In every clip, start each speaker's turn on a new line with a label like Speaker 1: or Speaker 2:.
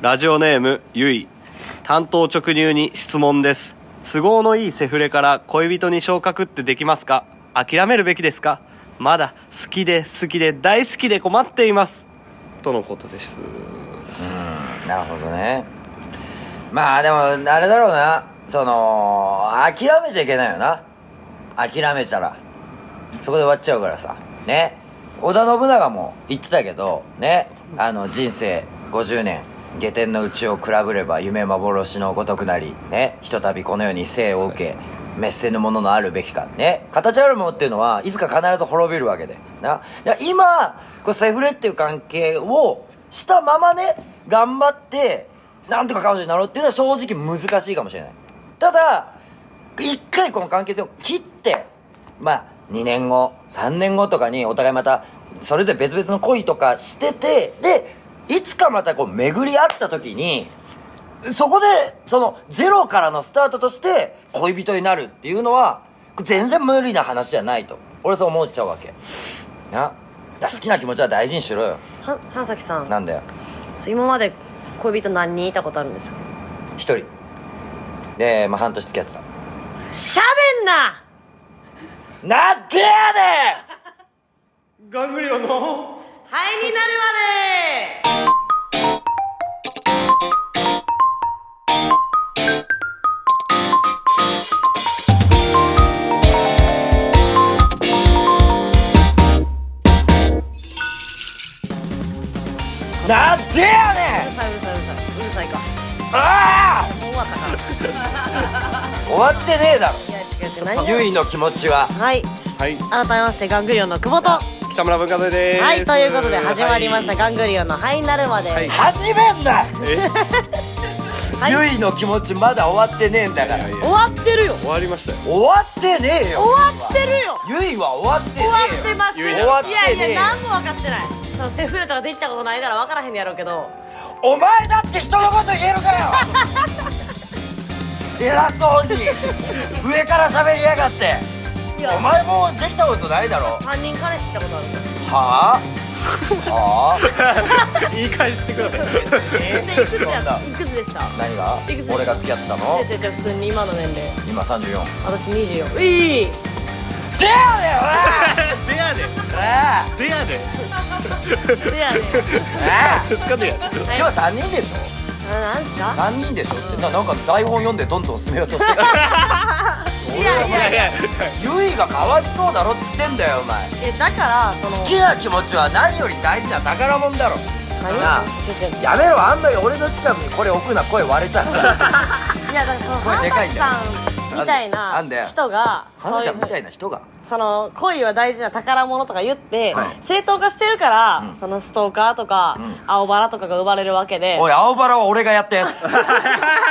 Speaker 1: ラジオネームゆい担当直入に質問です都合のいいセフレから恋人に昇格ってできますか諦めるべきですかまだ好きで好きで大好きで困っていますとのことです
Speaker 2: うんなるほどねまあでもあれだろうなその諦めちゃいけないよな諦めたらそこで終わっちゃうからさね織田信長も言ってたけどねあの人生50年下天のうちを比べれば夢幻のごとくなりねひとたびこの世に生を受け滅せぬもののあるべきかね形あるものっていうのはいつか必ず滅びるわけでないや今こうセフレっていう関係をしたままね頑張ってなんとか彼女になろうっていうのは正直難しいかもしれないただ一回この関係性を切ってまあ2年後3年後とかにお互いまたそれぞれ別々の恋とかしててでいつかまたこう巡り合った時にそこでそのゼロからのスタートとして恋人になるっていうのは全然無理な話じゃないと俺はそう思っちゃうわけなだから好きな気持ちは大事にしろよ
Speaker 3: は半崎さん
Speaker 2: なんだよ
Speaker 3: そう今まで恋人何人いたことあるんですか
Speaker 2: 一人で、まあ、半年付き合ってた
Speaker 3: しゃべんな
Speaker 2: なんでやねん
Speaker 1: ガングリオンの
Speaker 3: 灰になるまで
Speaker 2: なんでやねん
Speaker 3: うるさいうるさいうるさいうるさいか
Speaker 2: あ
Speaker 3: もう終わったか
Speaker 2: あ終わってねえだ
Speaker 3: いや違う違う
Speaker 2: ろ
Speaker 3: 何
Speaker 2: ゆいの気持ちは
Speaker 3: はい
Speaker 1: はい
Speaker 3: 改めましてガングリオンの久保とは
Speaker 1: 北村文化財です
Speaker 3: いということで始まりました、
Speaker 1: はい
Speaker 3: ガングリオンの灰になるまで、
Speaker 1: はい
Speaker 2: 始めんな
Speaker 1: え
Speaker 3: はい
Speaker 2: ゆいの気持ちまだ終わってねえんだから
Speaker 1: いやい
Speaker 3: 終
Speaker 1: や
Speaker 3: わってるよ
Speaker 1: 終わりましたよ
Speaker 2: 終わってねえよ
Speaker 3: 終わってるよ
Speaker 2: ゆいは終わってね
Speaker 3: 終わってます
Speaker 1: ゆい
Speaker 3: い
Speaker 1: な
Speaker 3: やい
Speaker 2: 終わってねえ
Speaker 3: や何も分かってないそのセフレとかできたことないから分からへんのやろうけど
Speaker 2: えよお前だって人のこと言える からよ偉そうに上から喋りやがって
Speaker 3: いや
Speaker 2: お前もうできたことないだろは
Speaker 3: 3人彼氏したことあるんだ
Speaker 2: あはあ
Speaker 1: 言い返してください
Speaker 2: え
Speaker 3: でいくつ
Speaker 2: な
Speaker 3: や
Speaker 2: んだ
Speaker 3: いくつでした
Speaker 2: 何が
Speaker 3: いくつ
Speaker 2: 俺が付き合ってたの
Speaker 3: 違う違う違う普通に今の年齢
Speaker 2: 今34
Speaker 3: 私24いい
Speaker 2: でやねんおら
Speaker 1: でやで
Speaker 2: お ら
Speaker 1: でやで
Speaker 3: せやねん
Speaker 2: ああ
Speaker 1: ですかでやで
Speaker 3: はい
Speaker 2: 今3人でしょ
Speaker 3: あなんすか
Speaker 2: 3人でしょってななんか台本読んでどんどん進めようとしてる
Speaker 3: いやいやいや
Speaker 2: ゆいがかわいそうだろって言ってんだよお前
Speaker 3: えだからその
Speaker 2: 好きな気持ちは何より大事な宝物だろ
Speaker 3: 何
Speaker 2: なあ
Speaker 3: 違う違う
Speaker 2: やめろあんまり俺の近くにこれ置くな声割れちゃうから
Speaker 3: いやだからその
Speaker 2: これで
Speaker 3: 花
Speaker 2: かい
Speaker 3: 崎
Speaker 2: んだよ
Speaker 3: さんみたい
Speaker 2: なんでなんで
Speaker 3: な人が
Speaker 2: 花
Speaker 3: そう
Speaker 2: ち
Speaker 3: い
Speaker 2: ゃ
Speaker 3: うん
Speaker 2: みたいな人が
Speaker 3: その恋は大事な宝物とか言って、
Speaker 2: はい
Speaker 3: 正当化してるから、
Speaker 2: ん
Speaker 3: そのストーカーとか、
Speaker 2: うん
Speaker 3: 青バラとかが生まれるわけで
Speaker 2: おい青バラは俺がやったやつ青バラ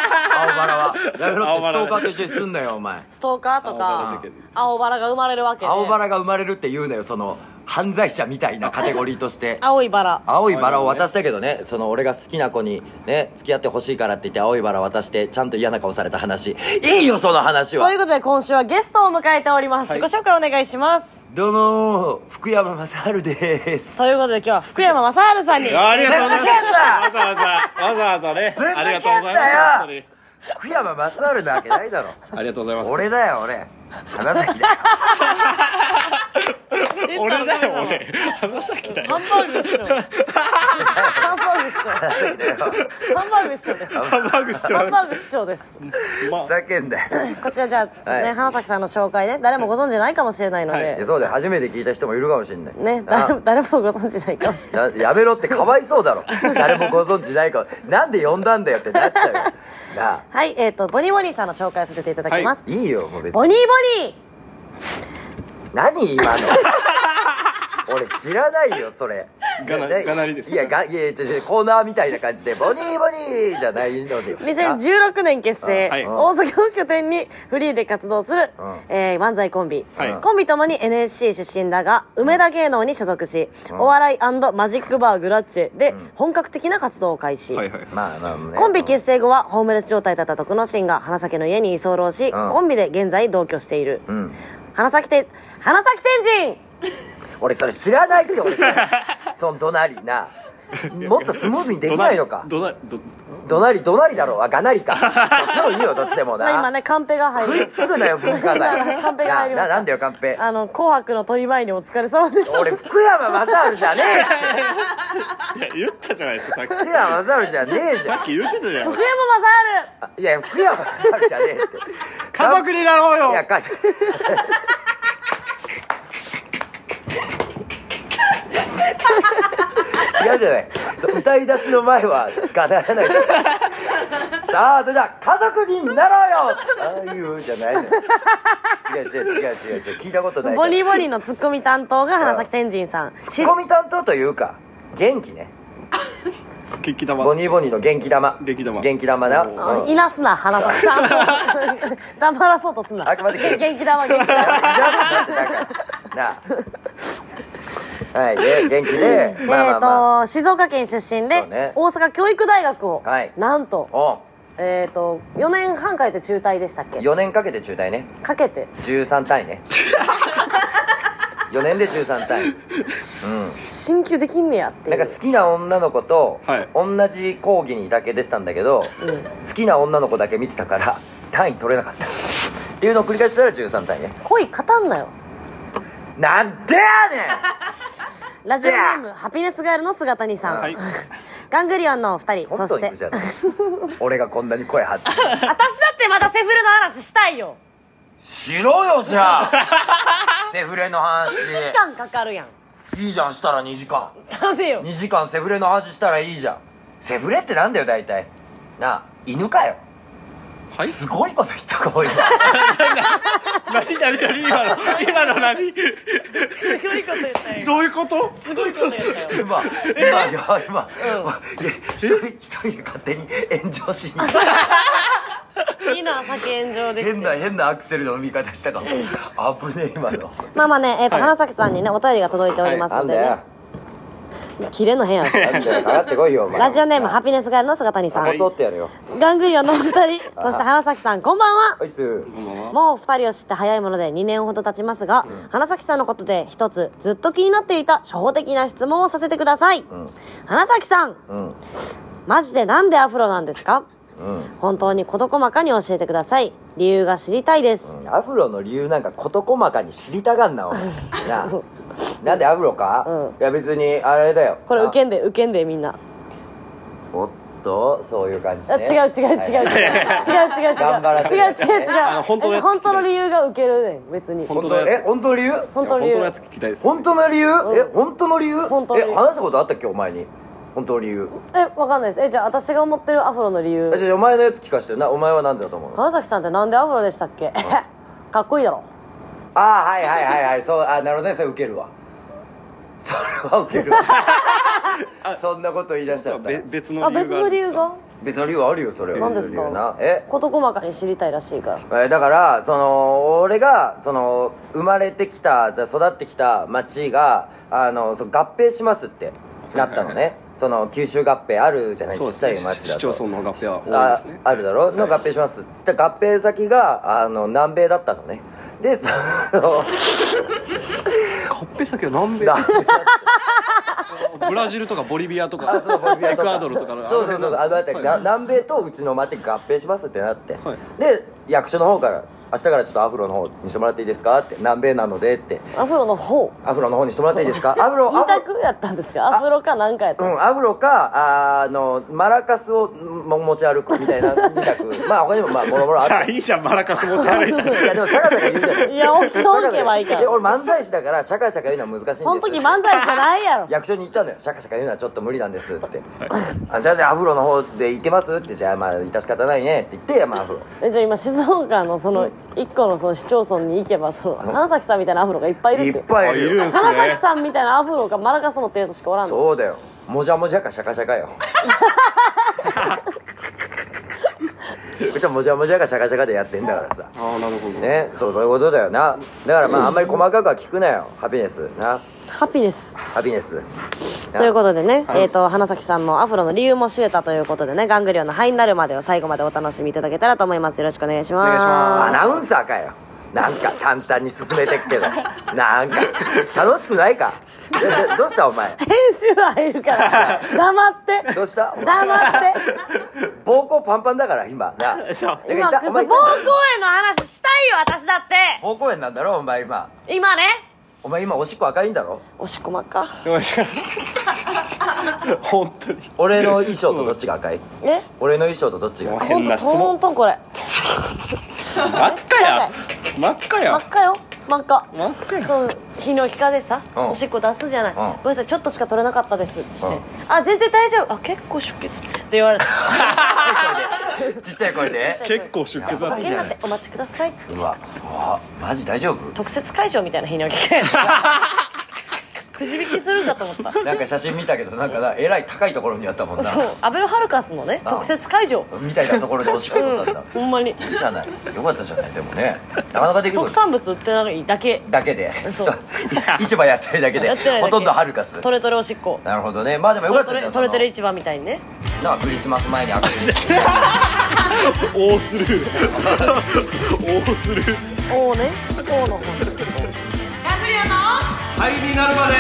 Speaker 2: はやめろっ
Speaker 1: 青
Speaker 2: て
Speaker 1: バラ
Speaker 2: ストーカーと一緒にすんなよお前
Speaker 3: ストーカーと
Speaker 1: 青バラ
Speaker 3: か
Speaker 1: 事件
Speaker 3: 青バラが生まれるわけで
Speaker 2: 青バラが生まれるって言うなよその犯罪者みたいなカテゴリーとして
Speaker 3: 青いバラ
Speaker 2: 青いバラを渡したけどねその俺が好きな子にね付き合ってほしいからって言って青いバラ渡してちゃんと嫌な顔された話いいよその話
Speaker 3: という
Speaker 2: は
Speaker 3: ことで今週はゲストを迎えております、
Speaker 1: はい
Speaker 3: 自己紹介お願いします
Speaker 2: どうもー福山雅治です
Speaker 3: ということで今日は福山雅治さんに
Speaker 1: ありがとうございます
Speaker 2: ふざ
Speaker 1: わざわざわざわざね
Speaker 2: ふざけんなよ
Speaker 1: ありがとうございます本当に
Speaker 2: 福山雅治なわけない だろ
Speaker 1: ありがとうございます
Speaker 2: 俺だよ俺花咲だよ
Speaker 1: 俺だよ俺花咲だよ
Speaker 3: ハンバーグ一緒ハンバーグ一
Speaker 2: 花咲だよ
Speaker 3: 緒ハンバーグ一緒です
Speaker 1: ハンバーグして
Speaker 3: ハン
Speaker 1: ま
Speaker 3: バーグ師匠です。
Speaker 2: ふざけんだよ
Speaker 3: こちらじゃあ、ちょっと
Speaker 2: は
Speaker 3: ね、
Speaker 2: い
Speaker 3: 花咲さんの紹介ね、誰もご存知ないかもしれないの
Speaker 2: い
Speaker 3: で
Speaker 2: や、そうだよ初めて聞いた人もいるかもしんない
Speaker 3: ね、
Speaker 2: あ
Speaker 3: 誰も、誰もご存知ないかもしれない。
Speaker 2: ややめろってかわいそうだろ誰もご存知ないからなんで呼んだんだよってなっちゃうよなあ
Speaker 3: はい、えっ、と、ボニーボニーさんの紹介させていただきます。
Speaker 2: いいよもう別に
Speaker 3: ボニーボニ
Speaker 2: 何今の 俺知らないよそれ
Speaker 1: がながなりです
Speaker 2: いやがいやいやちょちょコーナーみたいな感じでボニーボニーじゃないの でよ
Speaker 3: ー2016年結成、
Speaker 1: はい
Speaker 3: 大阪を拠点にフリーで活動する、
Speaker 2: うん
Speaker 3: えー漫才コンビ、
Speaker 1: はい
Speaker 3: コンビともに NSC 出身だが梅田芸能に所属し、
Speaker 2: うん
Speaker 3: お笑いマジックバーグラッチェで本格的な活動を開始、
Speaker 1: はいはい
Speaker 2: まあまあね
Speaker 3: コンビ結成後はホームレス状態だった徳之進が花咲の家に居候し、
Speaker 2: ん
Speaker 3: コンビで現在同居している、
Speaker 2: うん
Speaker 3: 花咲て花咲天神
Speaker 2: 俺それ知らないって俺それその怒鳴りなもっとスムーズにできないのか
Speaker 1: どな ど
Speaker 2: どなりどなりだろうあがなり かどっちもいいよどっちでも
Speaker 3: まあ
Speaker 2: な、
Speaker 3: 今ねカンペが入
Speaker 2: 食い
Speaker 3: る
Speaker 2: つくなよ文化財
Speaker 3: カンペが入りま
Speaker 2: な
Speaker 3: した
Speaker 2: なんだよカンペ
Speaker 3: あの「紅白」の取り前にお疲れ様です
Speaker 2: 俺福山雅治じゃねえって
Speaker 1: いや言ったじゃないですかさっき
Speaker 2: 福山雅治じゃねえじゃ
Speaker 1: さっき言ってたじゃん
Speaker 3: 福山雅治
Speaker 2: んいや福山雅治じゃねえって
Speaker 1: 家族になろうよ
Speaker 2: いや、か 嫌じゃないそう歌い出しの前はガタらない さあそれでは家族になろうよああいうじゃないのよ違う違う違う違う違う聞いたことないか
Speaker 3: ボ
Speaker 2: ら
Speaker 3: ニーボニーのツッコミ担当が花咲天神さん
Speaker 2: ツッコミ担当というか元気ね
Speaker 1: 元気
Speaker 2: ボ
Speaker 1: 玉
Speaker 2: ニーボニーの元気玉
Speaker 1: 元気玉
Speaker 2: 元気玉
Speaker 1: お
Speaker 2: な、
Speaker 3: あ
Speaker 2: うん
Speaker 3: いなすな花咲さ ん黙らそうとすんな
Speaker 2: あくまで元気
Speaker 3: 元気だわ元気だわ
Speaker 2: だってだからなあ はいで元気で
Speaker 3: え
Speaker 2: まあまあまあ
Speaker 3: ーと静岡県出身
Speaker 2: そ
Speaker 3: で
Speaker 2: うね
Speaker 3: 大阪教育大学を
Speaker 2: はい
Speaker 3: なんと
Speaker 2: お
Speaker 3: えっと4年半かけて中退でしたっけ
Speaker 2: 4年かけて中退ね
Speaker 3: かけて
Speaker 2: 13単位ね4年で13単位
Speaker 3: 進級できんねやってい
Speaker 2: なんか
Speaker 3: う
Speaker 2: 好きな女の子と
Speaker 1: はい
Speaker 2: 同じ講義にだけ出てたんだけど、好きな女の子だけ見てたから単位取れなかったっていうのを繰り返したら13単位ね
Speaker 3: 恋語んなよ
Speaker 2: なんでやね
Speaker 3: ラジオネームハピネスガールの姿にさん、
Speaker 1: はい
Speaker 3: ガングリオンのお二人
Speaker 2: ん
Speaker 3: そ
Speaker 2: とに
Speaker 3: して
Speaker 2: くじゃない俺がこんなに声張って
Speaker 3: 私だってまだセフレの話したいよ
Speaker 2: しろよじゃあセフレの話
Speaker 3: 時間かかるやん
Speaker 2: いいじゃんしたら2時間
Speaker 3: ダメよ
Speaker 2: 2時間セフレの話したらいいじゃんセフレってなんだよ大体なあ犬かよ
Speaker 1: はい
Speaker 2: すごいこと言ったかも今
Speaker 1: 何何何今の今の何
Speaker 3: すごいこと言ったよ
Speaker 1: どういうこと
Speaker 3: すごいこと言ったよ
Speaker 2: 今 今いや今、いや一人
Speaker 1: え
Speaker 2: 一人で勝手に炎上しに行っ
Speaker 3: いいな酒炎
Speaker 2: て
Speaker 3: 上できて
Speaker 2: 変な変なアクセルの踏み方したかも危ねえ今の
Speaker 3: まあまあね、えーと花咲さんにねお便りが届いておりますのでねキレの変やろ
Speaker 2: なんだよかかってこいよお前
Speaker 3: ラジオネームハピネスガールの姿にさ
Speaker 2: 鎖
Speaker 3: ん
Speaker 2: 骨折ってやるよ
Speaker 3: ガングリオンのお二人そして花咲さんこんばんは
Speaker 2: おいっす
Speaker 1: こんばんは
Speaker 3: もう二人を知って早いもので2年ほど経ちますが、花咲さんのことで一つずっと気になっていた初歩的な質問をさせてください、
Speaker 2: ん
Speaker 3: 花咲さん
Speaker 2: うん
Speaker 3: マジでなんでアフロなんですか
Speaker 2: うん
Speaker 3: 本当に事細かに教えてください理由が知りたいです、
Speaker 2: アフロの理由なんか事細かに知りたがんなお前 なあなんでアフロか、
Speaker 3: う
Speaker 2: いや別にあれだよ
Speaker 3: これ
Speaker 2: あ
Speaker 3: 受けんで受けんでみんな
Speaker 2: おっとそういう感じ、
Speaker 3: あ
Speaker 2: ね、
Speaker 3: 違う違う違う違う違う違う違う違う
Speaker 2: 頑張らせる
Speaker 3: 違う違う
Speaker 1: あの本当のやつ
Speaker 3: 本当の理由が受けるねん別に
Speaker 1: 本
Speaker 2: 本当え本当の理由
Speaker 3: 本当の
Speaker 1: 本
Speaker 3: 理
Speaker 1: 当のや
Speaker 3: 由
Speaker 1: つ聞きたいです
Speaker 2: 本当の理由、
Speaker 3: ん
Speaker 2: え本当の理由
Speaker 3: 本当の理由
Speaker 2: え話したことあったっけお前に本当の理由
Speaker 3: えわかんないですえじゃあ私が思ってるアフロの理由
Speaker 2: あじゃあお前のやつ聞かせてなお前は何だと思うのあ
Speaker 3: 花崎さんってなんでアフロでしたっけ かっこいいだろ
Speaker 2: あはいはいはいはいそうあなるほどねそれウケるわそれはウケ るわそんなこと言い出しちゃった
Speaker 1: べ別の
Speaker 3: あ
Speaker 1: 理由
Speaker 3: 別
Speaker 1: があ
Speaker 3: の理
Speaker 1: る
Speaker 3: 由が
Speaker 2: 別の理由はあるよそれは
Speaker 3: 何です
Speaker 2: 別の理由
Speaker 3: か
Speaker 2: なえ
Speaker 3: 事細かに知りたいらしいから
Speaker 2: えーだからその俺がその生まれてきた育ってきた町があのそう合併しますってなったの
Speaker 1: はいはいは
Speaker 2: ねその九州合併あるじゃない、
Speaker 1: そう
Speaker 2: ち
Speaker 1: ですね
Speaker 2: っちゃい町だと
Speaker 1: 市町村の合併は多いですね
Speaker 2: ああるだろの合併します、で合併先があの南米だったのねでそ の
Speaker 1: カッペ先は南米
Speaker 2: 南米
Speaker 1: ブラジルとかボリビアとか
Speaker 2: あそうボリビア
Speaker 1: エク
Speaker 2: とか
Speaker 1: アドルとかの
Speaker 2: そうそうそうあの辺り、
Speaker 1: は
Speaker 2: ない南米とうちの町が合併しますってなって、
Speaker 1: はい
Speaker 2: で役所の方から「明日からちょっとアフロの方にしてもらっていいですか?」って「南米なので」って
Speaker 3: アフロの方
Speaker 2: アフロの方にしてもらっていいです かアフロ
Speaker 3: 二
Speaker 2: アフ
Speaker 3: 択やったんですかアフロか何かやった
Speaker 2: ロ
Speaker 3: ん
Speaker 2: う
Speaker 3: です
Speaker 2: ん、アフロかあーあのマラカスをも持ち歩くみたい な2択まあ他にもまあもろもろあっ
Speaker 1: じゃ
Speaker 2: た
Speaker 1: あいいじゃんマラカス持ち歩いた
Speaker 2: いやでもシャカシャカ言うじゃない
Speaker 3: いやおっと
Speaker 2: シャカシャカ
Speaker 3: おけばいいから
Speaker 2: や俺漫才師だからシャカシャカ言うのは難しいんです
Speaker 3: かその時漫才じゃな いやろ
Speaker 2: 役所に行ったんだよシャカシャカ言うのはちょっと無理なんですって「あじゃあじゃあアフロの方で行けます?」って「じゃあまあ致し方ないね」って言って、まあ、アフロ
Speaker 3: えじゃあ今静岡のその一個のその市町村に行けばその花咲さんみたいなアフロがいっぱいいる
Speaker 2: い
Speaker 3: っ
Speaker 2: ってぱいい
Speaker 1: あい
Speaker 2: る
Speaker 1: る
Speaker 2: よ
Speaker 1: んす
Speaker 3: 花
Speaker 1: ね
Speaker 3: 咲さんみたいなアフロがマラカス持ってる人しかおらんの
Speaker 2: そうだよもじゃもじゃかシャカシャカようちはもじゃもじゃかシャカシャカでやってんだからさ
Speaker 1: ああなるほど
Speaker 2: ねそうそういうことだよなだからまああんまり細かくは聞くなよハピネスな
Speaker 3: ハピネス
Speaker 2: ハピネス
Speaker 3: ということとでね、えっ、と、花咲さんのアフロの理由も知れたということでね、ガングリオンの灰になるまでを最後までお楽しみいただけたらと思います。よろしくお願いしま
Speaker 1: お
Speaker 3: す。
Speaker 1: 願いしま
Speaker 2: アナウンサーかよなんか簡単に進めてっけどなんか楽しくないかいやいやどうしたお前
Speaker 3: 編集入るから黙 って
Speaker 2: どう した
Speaker 3: 黙って
Speaker 2: 膀胱パンパンだから今
Speaker 1: そう
Speaker 2: なな
Speaker 3: 今
Speaker 2: んか痛い
Speaker 3: そ
Speaker 2: お
Speaker 3: う
Speaker 2: 前
Speaker 3: 膀胱炎
Speaker 2: 痛い
Speaker 3: の話したいよ私だって
Speaker 2: 膀胱炎なんだろお前今
Speaker 3: 今ね
Speaker 2: お前今おしっこ赤いんだろ
Speaker 3: おしっこまっか
Speaker 1: ごめんなさい本当に
Speaker 2: 俺の衣装とどっちが赤い
Speaker 3: え
Speaker 2: 俺の衣装とどっちが赤い
Speaker 3: ほん
Speaker 1: 変
Speaker 3: と
Speaker 1: な質
Speaker 3: ト
Speaker 1: 問
Speaker 3: ントンこれ
Speaker 1: 真っ赤や真っ赤
Speaker 3: 真
Speaker 1: や
Speaker 3: っ赤よ真っ赤
Speaker 1: 真っ赤や
Speaker 3: そう日の日陰でさ、
Speaker 2: うん
Speaker 3: おしっこ出すじゃない、
Speaker 2: ん
Speaker 3: ごめんなさいちょっとしか取れなかったですっつって、
Speaker 2: うん
Speaker 3: あ全然大丈夫あ結構出血って言われた
Speaker 2: ちっちゃい声で
Speaker 3: ちっちゃい
Speaker 1: 結構出血だ
Speaker 3: お
Speaker 1: っ
Speaker 3: か
Speaker 1: た
Speaker 3: けになってお待ちくださいう
Speaker 2: わ怖っマジ大丈夫
Speaker 3: 特設会場みたいな日の 日でくじ引きするんかと思った
Speaker 2: なんか写真見たけどなんかなえらい高いところにあったもんな
Speaker 3: そうアベロハルカスのね
Speaker 2: うん
Speaker 3: 特設会場
Speaker 2: みたいなところでおしっこ取ったんだ
Speaker 3: ほんまに
Speaker 2: いいじゃないよかったじゃないでもねなかなかできるこ
Speaker 3: 特
Speaker 2: と
Speaker 3: 産物売ってないだけ
Speaker 2: だけで
Speaker 3: そう
Speaker 2: 市場やってるだけで
Speaker 3: やってないだ
Speaker 2: ほ
Speaker 3: け
Speaker 2: とんどハルカス
Speaker 3: トレトレおしっこ
Speaker 2: なるほどねまあでもよかった
Speaker 3: ト
Speaker 2: じゃ
Speaker 3: レ
Speaker 2: ん
Speaker 3: トレトレ
Speaker 2: そ
Speaker 3: 市場みたいにね
Speaker 2: のなあクリスマス前に赤い
Speaker 1: 大スルー大スルー
Speaker 3: おおねおおの
Speaker 1: 灰になるまで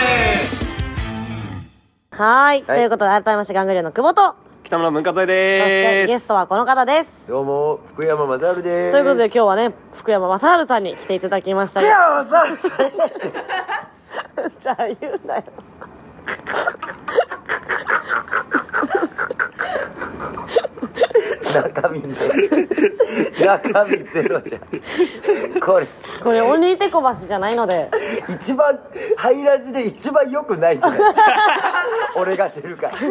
Speaker 3: はーいということで改めましてガングリオンの久保とそ
Speaker 1: 北村文化財
Speaker 3: して
Speaker 1: で
Speaker 3: ゲ
Speaker 1: ー
Speaker 3: ストはこの方です
Speaker 2: どうも福山雅治で
Speaker 3: ということで今日はね福山雅治さんに来ていただきました
Speaker 2: 福
Speaker 3: が
Speaker 2: 山雅治さん
Speaker 3: じゃあ言うなよ
Speaker 2: 中身ゼロ中身ゼロじゃんこれ
Speaker 3: これ鬼手こ橋じゃないので
Speaker 2: 一番ハイラジで一番良くないじゃない俺がするから
Speaker 1: すい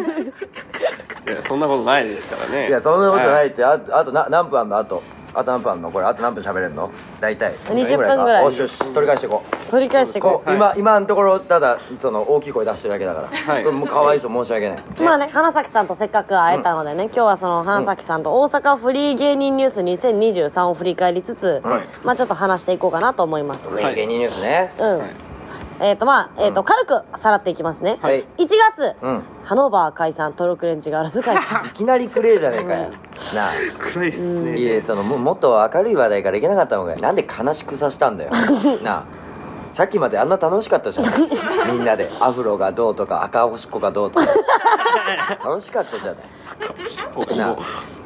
Speaker 1: やそんなことないですからね
Speaker 2: いやそんなことない
Speaker 1: い
Speaker 2: って、あとあとな何分あんのあとあと何分あんのこれあと何分喋れんの大体
Speaker 3: 20分ぐらい
Speaker 2: おしよし取り返していこう
Speaker 3: 取り返していこ
Speaker 2: こう今今のところただその大きい声出してるだけだから、
Speaker 1: はい
Speaker 2: これもうかわいそう申し訳ないう
Speaker 3: まあね花咲さんとせっかく会えたのでね、今日はその花咲さんと大阪フリー芸人ニュース2023を振り返りつつ、
Speaker 1: はい
Speaker 3: まあちょっと話していこうかなと思いますね、
Speaker 1: はい
Speaker 2: 芸人ニュースね
Speaker 3: うん、えっ、とまあ、えーと軽くさらっていきますね、
Speaker 2: はい
Speaker 3: 1月、
Speaker 2: うん
Speaker 3: ハノーバー解散トルクレンチガールズ解散
Speaker 2: いきなりクレーじゃねえかよ、な
Speaker 1: 暗いっす
Speaker 2: あ
Speaker 1: ね
Speaker 2: いえそのももっと明るい話題からいけなかったのがなんで悲しくさせた んだよなあさっきまであんな楽しかったじゃないみんなでアフロがどうとか赤おしっこがど うとか楽しかったじゃない
Speaker 1: ここ
Speaker 2: な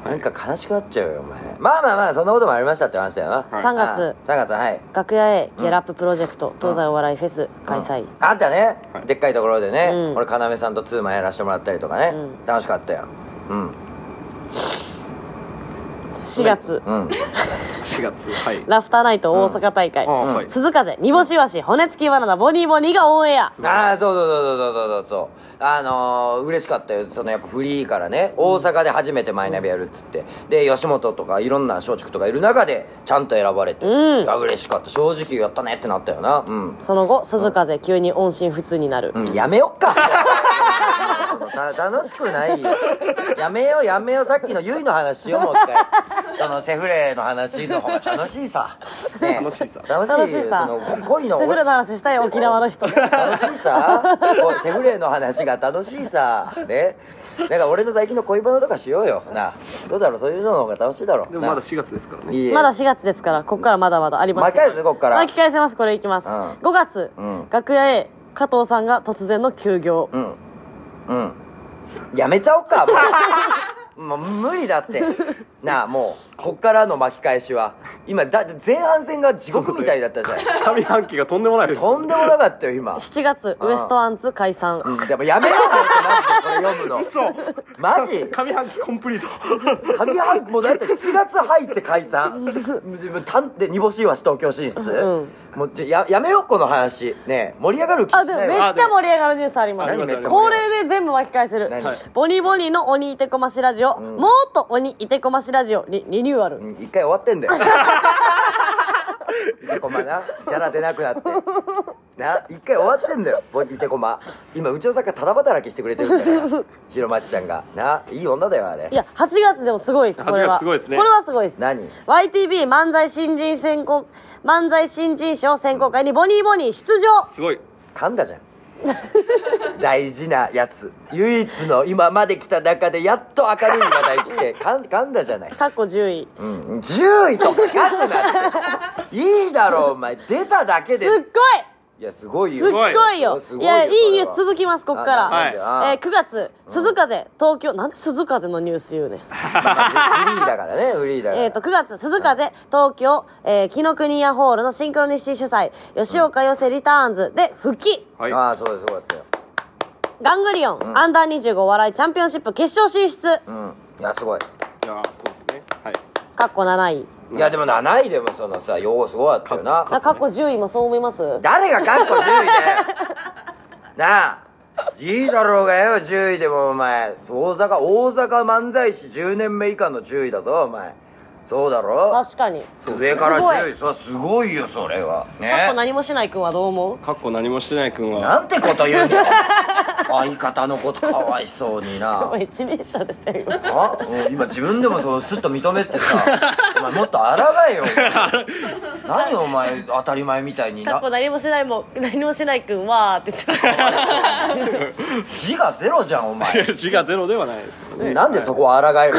Speaker 2: なんか悲しくなっちゃうよお前まあまあまあそんなこともありましたって話だよな
Speaker 1: はい
Speaker 3: 3月
Speaker 2: 3月はい
Speaker 3: 楽屋へゲラッププロジェクト、東西お笑いフェス開催、
Speaker 2: うんあったね、
Speaker 1: はい
Speaker 2: でっかいところでね、
Speaker 3: うん
Speaker 2: 俺要さんとツーマンやらせてもらったりとかね、
Speaker 3: うん
Speaker 2: 楽しかったようん
Speaker 3: 4月、
Speaker 2: うん
Speaker 1: 4月はい
Speaker 3: ラフターナイト大阪大会、
Speaker 1: あはい
Speaker 3: 鈴風煮干しわし骨付きバナナボニーボニーがオンエア
Speaker 1: すごい
Speaker 2: ああそうそうそうそうそうそうそうあのー、嬉しかったよそのやっぱフリーからね大阪で初めてマイナビやるっつってで吉本とかいろんな松竹とかいる中でちゃんと選ばれて、
Speaker 3: うん
Speaker 2: いや嬉しかった正直やったねってなったよなうん
Speaker 3: その後鈴風急に音信不通になる、
Speaker 2: うん、やめよっ かた楽しくないよやめようやめようさっきのゆいの話しようもう一回そのセフレの話の方が楽しいさ、ね
Speaker 1: 楽しいさ
Speaker 2: 楽しい
Speaker 3: 楽しいさ
Speaker 2: その恋の
Speaker 3: セフレの話したい沖縄の人
Speaker 2: 楽しいさこうセフレの話が楽しいさねだから俺の最近の恋バナとかしようよなどうだろうそういうのの方が楽しいだろ
Speaker 1: でもまだ
Speaker 2: な
Speaker 1: 4月ですからね
Speaker 2: いいえ
Speaker 3: まだ4月ですからここからまだまだあります
Speaker 2: 巻き返すこっから
Speaker 3: 巻き返せますこれいきます、
Speaker 2: うん
Speaker 3: 5月、
Speaker 2: うん
Speaker 3: 楽屋へ加藤さんが突然の休業、
Speaker 2: うんうんやめちゃおっかもうもう無理だってなあもうこっからの巻き返しは今だ前半戦が地獄みたいだったじゃん
Speaker 1: 上半期がとんでもないです
Speaker 2: とんでもなかったよ今
Speaker 3: 7月
Speaker 2: うん
Speaker 3: ウエストアンツ解散、
Speaker 2: うん、やっぱやめようよマジでこれ
Speaker 1: 上
Speaker 2: 読むのマジ
Speaker 1: 半期コンプリート
Speaker 2: 上半期もうだって7月入って解散たんで煮干しいわし東京進出、もうちょややめようこの話ねえ盛り上がる気しな
Speaker 3: あ
Speaker 2: い
Speaker 3: でも
Speaker 2: わ
Speaker 3: めっちゃ盛り上がるニュースあります
Speaker 1: 何めっちゃ盛り上がる
Speaker 3: これで全部巻き返せる
Speaker 2: 何
Speaker 3: ボニーボニーの鬼いてこましラジオ、もっと鬼いてこましラジオにリニューアル、
Speaker 2: うん一回終わって んだよいてこまなキャラ出なくなってな一回終わってんだよボいてこま今うちの作家ただ働きしてくれてるんだからひろまっちゃんがないい女だよあれ
Speaker 3: いや8月でもすごいですこれ
Speaker 1: 8月
Speaker 3: は
Speaker 1: すごいですね
Speaker 3: これはすごいです
Speaker 2: 何
Speaker 3: YTB 漫才新人選考漫才新人賞選考会にボニーボニー出場
Speaker 1: すごい
Speaker 2: 噛んだじゃん大事なやつ唯一の今まで来た中でやっと明るい話題来てかん噛んだじゃない、
Speaker 3: かっこ10位。
Speaker 2: うん、10位とか噛むなっていいだろうお前出ただけ
Speaker 3: す
Speaker 2: で
Speaker 3: っごい
Speaker 2: いやすごい
Speaker 3: す
Speaker 2: よ
Speaker 3: っごいよ
Speaker 2: すご
Speaker 3: いや、い
Speaker 2: これはい
Speaker 3: ニュース続きます、こっから。
Speaker 2: あなんで
Speaker 1: は
Speaker 2: あ
Speaker 3: えー、9月、鈴風、東京、なんで鈴風のニュース言うねん。
Speaker 2: まあフリーだからねフリーだから
Speaker 3: えっ、と、9月、鈴風、東京、えー、紀ノ国屋ホールのシンクロニシー主催、吉岡寄せリターンズで復帰、
Speaker 1: はい
Speaker 2: ああそうですそうだったよ
Speaker 3: ガングリオン、アンダー25お笑いチャンピオンシップ決勝進出、
Speaker 2: うんいやすごい
Speaker 1: いやそうですねはい
Speaker 3: かっこ7位。
Speaker 2: いやでも7位でもそのさ用語すごかったよな
Speaker 3: だかっこ10位もそう思います
Speaker 2: 誰がカッコ10位でなあいいだろうがよ10位でもお前大阪大阪漫才師10年目以下の10位だぞお前そうだろ
Speaker 3: 確かに。
Speaker 2: 上から
Speaker 3: すごい
Speaker 2: 10位そすごいよそれは
Speaker 3: かっ
Speaker 2: ね
Speaker 3: こ何もしないくんはどう思う
Speaker 1: かっこ何もしてない君は
Speaker 2: なんてこと言うんだよ相方のことかわいそうにな
Speaker 3: もう一人称ですよ。
Speaker 2: あうん今自分でもそうスッと認めてさ お前もっと抗え よお前何お前当たり前みたいに
Speaker 3: かっ
Speaker 2: な
Speaker 3: こ何もしないもん、何もしないくんはーって言ってました。
Speaker 2: 字がゼロじゃんお
Speaker 1: いや
Speaker 2: 前
Speaker 1: 字がゼロではないですよね
Speaker 2: なんでそこは抗え る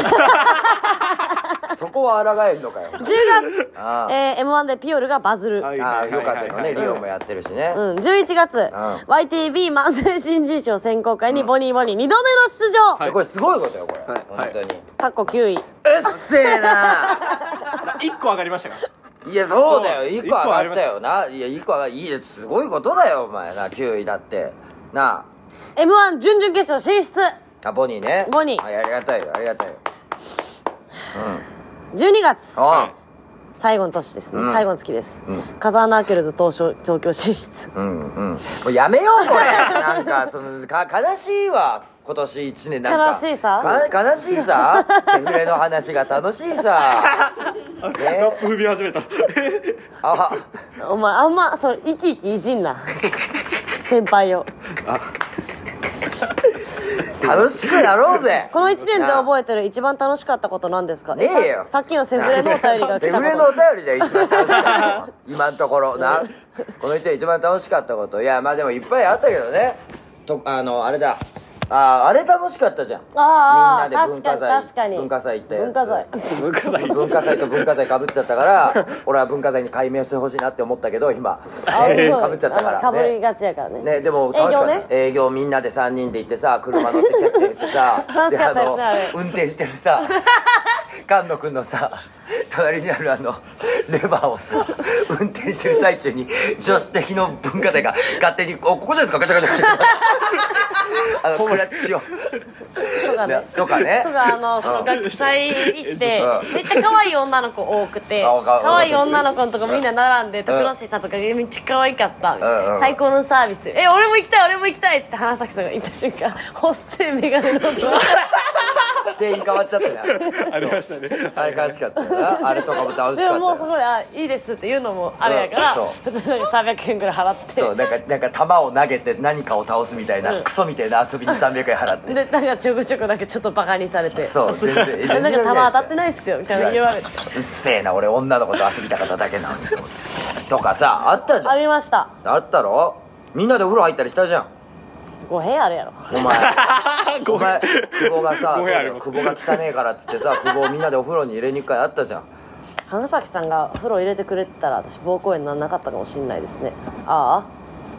Speaker 2: のそこは抗えるのかよお前
Speaker 3: 10月、
Speaker 2: ああ
Speaker 3: えー、M1 でピオルがバズる。
Speaker 1: はい
Speaker 2: ああよかったよねリオもやってるしね
Speaker 3: うん、11月、YTB 漫才新人賞選考会にボニーボニー2度目の出場、
Speaker 1: はい
Speaker 2: えこれすごいことよこれ
Speaker 1: はい
Speaker 2: 本当に
Speaker 3: かっこ9位
Speaker 2: うっせえな
Speaker 1: 一個上がりましたから
Speaker 2: いやそうだよ
Speaker 1: そう
Speaker 2: 一個上がったよないや一個上がいいやすごいことだよお前な9位だってな
Speaker 3: m 1準々決勝進出
Speaker 2: ああボニーね
Speaker 3: ボニー
Speaker 2: はいありがたいよありがたいよ
Speaker 3: 12月
Speaker 2: あ
Speaker 3: 最後の年ですね、
Speaker 2: うん
Speaker 3: 最後の月です、
Speaker 2: うん
Speaker 3: カザーナーケルズ東証東京進出
Speaker 2: うんうんもうやめようこ れなんかそのか悲しいわ今年一年なんか
Speaker 3: 悲しいさ
Speaker 2: か悲しいさ手触れの話が楽し いさ
Speaker 1: ラ
Speaker 2: え
Speaker 1: ップ踏み始めた
Speaker 2: あ
Speaker 3: お前あんまそれ生き生きいじん な先輩を
Speaker 1: あ
Speaker 2: 楽しくなろう ぜ
Speaker 3: この1年で覚えてる一番楽しかったことなんですか
Speaker 2: ねえよ
Speaker 3: ささっきのセフレのお便りが来
Speaker 2: 手
Speaker 3: た
Speaker 2: 触
Speaker 3: こと
Speaker 2: れのお便りじゃ一番楽しか った今のところなこの人一番楽しかったこといやまあでもいっぱいあったけどねとあのあれだああれ楽しかったじゃん
Speaker 3: ああ
Speaker 2: みんなで文化
Speaker 3: 確かに確か
Speaker 2: 財
Speaker 3: に
Speaker 2: 文化祭行ったやつ
Speaker 3: 文化
Speaker 1: 文化
Speaker 3: 財
Speaker 1: 財
Speaker 2: 文化祭と文化財かぶっちゃったから俺は文化財に解明してほしいなって思ったけど今かぶっちゃったから
Speaker 3: かぶり
Speaker 2: ね
Speaker 3: がちやからね
Speaker 2: ねでも楽しかった
Speaker 3: 営
Speaker 2: 営
Speaker 3: 業ね
Speaker 2: 業,、みんなで3人で行ってさ車乗ってキャッて行ってさ
Speaker 3: 楽しかったですね
Speaker 2: で
Speaker 3: あれ
Speaker 2: 運転してるさ 菅野君のさ隣にあるあのレバーをさ運転してる最中に女子的の文化財が勝手に「おここじゃないですかガチャガチャガチャ」あのクラッチを
Speaker 3: とかね
Speaker 2: とかね
Speaker 3: とかあのその学祭 行って
Speaker 2: うん
Speaker 3: めっちゃ可愛い女の子多くて
Speaker 2: あわか
Speaker 3: 可愛い女の子のとこみんな並んで
Speaker 2: ん
Speaker 3: 徳之進さんとかめっちゃ可愛かったみたいな
Speaker 2: うんうん
Speaker 3: 最高のサービスえ俺も行きたい俺も行きたいっつって花咲さんが行った 瞬間ほっせえ眼鏡の男
Speaker 2: 視点変わっちゃったな
Speaker 1: ありましたね
Speaker 2: あれ楽しかったよなあれとかも楽し
Speaker 3: で
Speaker 2: か
Speaker 3: も
Speaker 2: った
Speaker 3: もうす
Speaker 2: よ
Speaker 3: ごいあいいですって言うのもあれやから
Speaker 2: うん
Speaker 3: 普通に300円ぐらい払って
Speaker 2: そうなんかなんか弾を投げて何かを倒すみたいな、
Speaker 3: うん
Speaker 2: クソみたいな遊びに300円払って
Speaker 3: でなんかちょくちょくなんかちょっとバカにされて
Speaker 2: そう全然全然
Speaker 3: え なんか弾当たってないいっすよみたいな言われて
Speaker 2: うっせえな俺女の子と遊びたかっただけなのにとかさあったじゃ
Speaker 3: あ
Speaker 2: ん
Speaker 3: りました
Speaker 2: あったろみんなでお風呂入ったりしたじゃん
Speaker 3: 語弊あるやろ
Speaker 2: お 前お前久保がさ
Speaker 1: ご
Speaker 2: そう
Speaker 1: めんあ
Speaker 2: だ
Speaker 1: り
Speaker 2: よ
Speaker 1: ます
Speaker 2: 久保が汚えからっつってさ久保をみんなでお風呂に入れに行く会あったじゃん
Speaker 3: 花咲さんが風呂入れてくれてたら私膀胱炎なんなかったかもしれないですねあ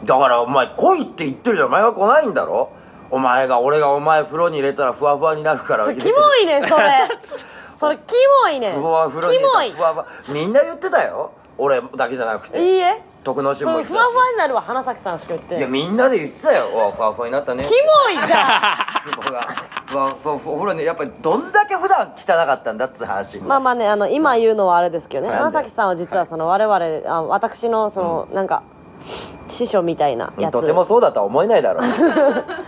Speaker 2: だからお前来いって言ってるじゃんお前は来ないんだろお前が俺がお前風呂に入れたらふわふわになるから
Speaker 3: あそれ
Speaker 2: 入れ
Speaker 3: キ
Speaker 2: て
Speaker 3: モいねん それそれキモいねん
Speaker 2: ふわふわに
Speaker 3: キモい
Speaker 2: ふわふわみんな言ってたよ俺だけじゃなく
Speaker 3: いい
Speaker 2: て
Speaker 3: え
Speaker 2: 徳之
Speaker 3: そ
Speaker 2: 進も
Speaker 3: の
Speaker 2: 言って
Speaker 3: ふ
Speaker 2: たし
Speaker 3: わふわになるは花咲さんしか言って
Speaker 2: い
Speaker 3: な
Speaker 2: や
Speaker 3: い
Speaker 2: みんなで言ってたようわふわふわになったね
Speaker 3: キモい じゃん
Speaker 2: 久保がふわふわふわお風呂ねやっぱりどんだけ普段汚かったんだっつう話
Speaker 3: まあまあねあの今言うのはあれですけどね
Speaker 2: なんで
Speaker 3: 花咲さんは実はその我々あ私のその、なんか師匠みたいなやつ
Speaker 2: とてもそうだとは思えない だろう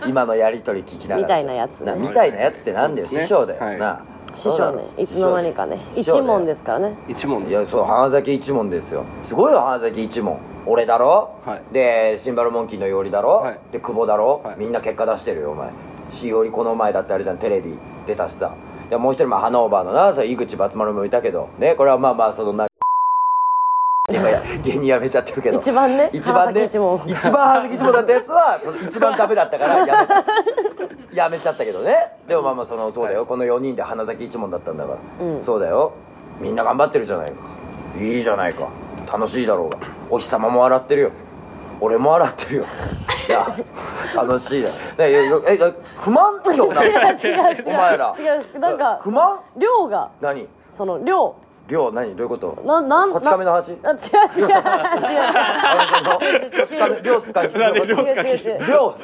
Speaker 2: 今のやり取り聞きながら
Speaker 3: みたいなやつね
Speaker 2: なみたいなやつってなんだよ
Speaker 1: そうですね
Speaker 2: 師匠だよ、
Speaker 1: はい
Speaker 2: な
Speaker 3: 師匠ねいつの間にかね一問ですすからね
Speaker 1: 一問
Speaker 2: い
Speaker 1: です
Speaker 2: やそう花咲一門ですよすごいよ花咲一門俺だろ、
Speaker 1: はい
Speaker 2: でシンバルモンキーのいおりだろ、
Speaker 1: はい
Speaker 2: で久保だろ、
Speaker 1: はい
Speaker 2: みんな結果出してるよお前しおりこの前だってあれじゃんテレビ出たしさでもう一人も花オーバーのなそれ井口松丸もいたけどねこれはまあまあそのな今や芸人やめちゃってるけど
Speaker 3: 一番ね
Speaker 2: 一番ね
Speaker 3: 原崎一門
Speaker 2: 一番原崎一門だったやつはその一番ダメだったからやめたやめちゃったけどねでもまあまあそのそうだよ、この4人で花咲一門だったんだから、
Speaker 3: うん
Speaker 2: そうだよみんな頑張ってるじゃないかいいじゃないか楽しいだろうがお日様も洗ってるよ俺も洗ってる よいや楽しいだねえええ不満とかお前
Speaker 3: 違う
Speaker 2: ら
Speaker 3: 違う違う
Speaker 2: お前ら
Speaker 3: 違うなんか
Speaker 2: 不満
Speaker 3: 量が
Speaker 2: 何
Speaker 3: その量
Speaker 2: 量何どういうこと
Speaker 3: ななん
Speaker 2: こち亀の話
Speaker 3: あ違う違う違う
Speaker 2: あのそのこち亀量使い切りのこと
Speaker 1: 量
Speaker 3: 違う違う違う違う
Speaker 2: 量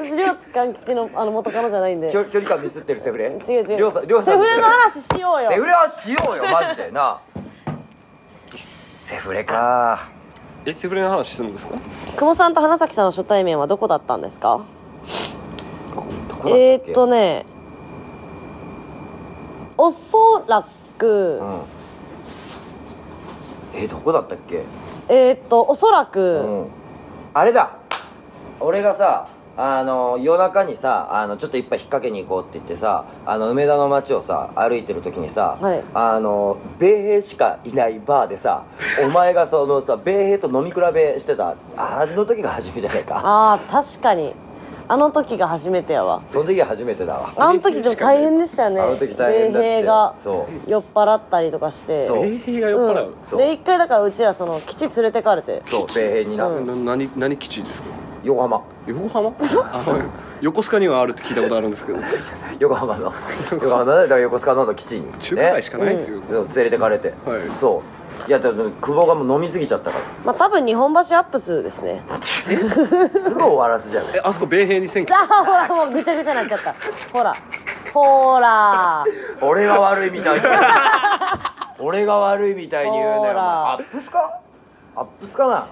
Speaker 3: 私量つかん吉のあの元カノじゃないんで違
Speaker 2: 距距離感ミスってるセフレ
Speaker 3: う違う
Speaker 2: 量さ量さ
Speaker 3: セフレの話しようよ
Speaker 2: セフレはしようよマジでなセフレか
Speaker 1: えセフレの話するんですか
Speaker 3: 久保さんと花咲さんの初対面はどこだったんですか
Speaker 2: どこだたけ
Speaker 3: えー、っとねおそらく、
Speaker 2: うんえーどこだったっけ
Speaker 3: えー、っとおそら
Speaker 2: う
Speaker 3: く、
Speaker 2: んあれだ俺がさあの夜中にさあのちょっと一杯引っ掛けに行こうって言ってさあの梅田の街をさ歩いてる時にさ、
Speaker 3: はい
Speaker 2: あの米兵しかいないバーでさお前がそのさ米兵と飲み比べしてたあの時が初めじゃないか
Speaker 3: ああ確かにあの時が初めてやわ
Speaker 2: その時が初めてだわ
Speaker 3: あの時でも大変でしたよね
Speaker 2: あの時大変だって
Speaker 3: 米兵が
Speaker 2: そ
Speaker 3: 酔っ払ったりとかして
Speaker 2: そう
Speaker 1: 米兵が酔っ払う、
Speaker 2: そう
Speaker 3: で一回だからうちらその基地連れてかれて
Speaker 2: そう米兵にな、
Speaker 3: う
Speaker 1: な何何基地ですか
Speaker 2: 横浜
Speaker 1: 横浜あの横須賀にはあるって聞いたことあるんですけど
Speaker 2: 横浜 の横浜のねだから横須賀の基地に
Speaker 1: 中華街しかないですよ、
Speaker 2: ねそう連れてかれて、
Speaker 1: はい
Speaker 2: そういやだって久保がもう飲みすぎちゃったから
Speaker 3: まあ多分日本橋アップ数ですね
Speaker 2: すぐ終わらすじゃない
Speaker 1: えあそこ米兵に選
Speaker 3: あ
Speaker 1: 挙
Speaker 3: ーほらもうぐちゃぐちゃになっちゃったほらほら
Speaker 2: 俺が悪いみた いに言う俺が悪いみたいに言うねお
Speaker 3: ほ
Speaker 2: 前
Speaker 3: ら
Speaker 2: アップスかアップスかな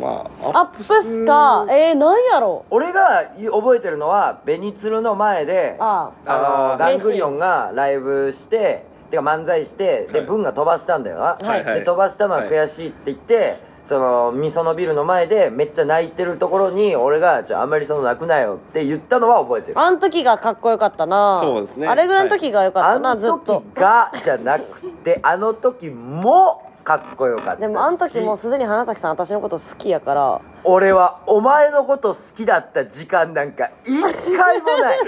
Speaker 1: まあ
Speaker 3: アップスかえー、なんやろ
Speaker 2: 俺が覚えてるのはベニツルの前で
Speaker 3: あ
Speaker 2: あの
Speaker 1: あー
Speaker 2: ガングリオンがライブしててか漫才してで
Speaker 1: はい
Speaker 2: 文が飛ばしたんだよな、
Speaker 1: はいはい
Speaker 2: で飛ばしたのは悔しいって言って、そのみそのビルの前でめっちゃ泣いてるところに俺が「じゃああんまりその泣くなよ」って言ったのは覚えてる
Speaker 3: あん時がかっこよかったな
Speaker 1: そうですね
Speaker 3: あれぐらいの時がよかっ
Speaker 2: あ
Speaker 3: たな、ず
Speaker 2: の
Speaker 3: っと
Speaker 2: 時がじゃなくてあの時もかっこよかったし
Speaker 3: でもあの時もうすでに花咲さん私のこと好きやから
Speaker 2: 俺はお前のこと好きだった時間なんか一回も ない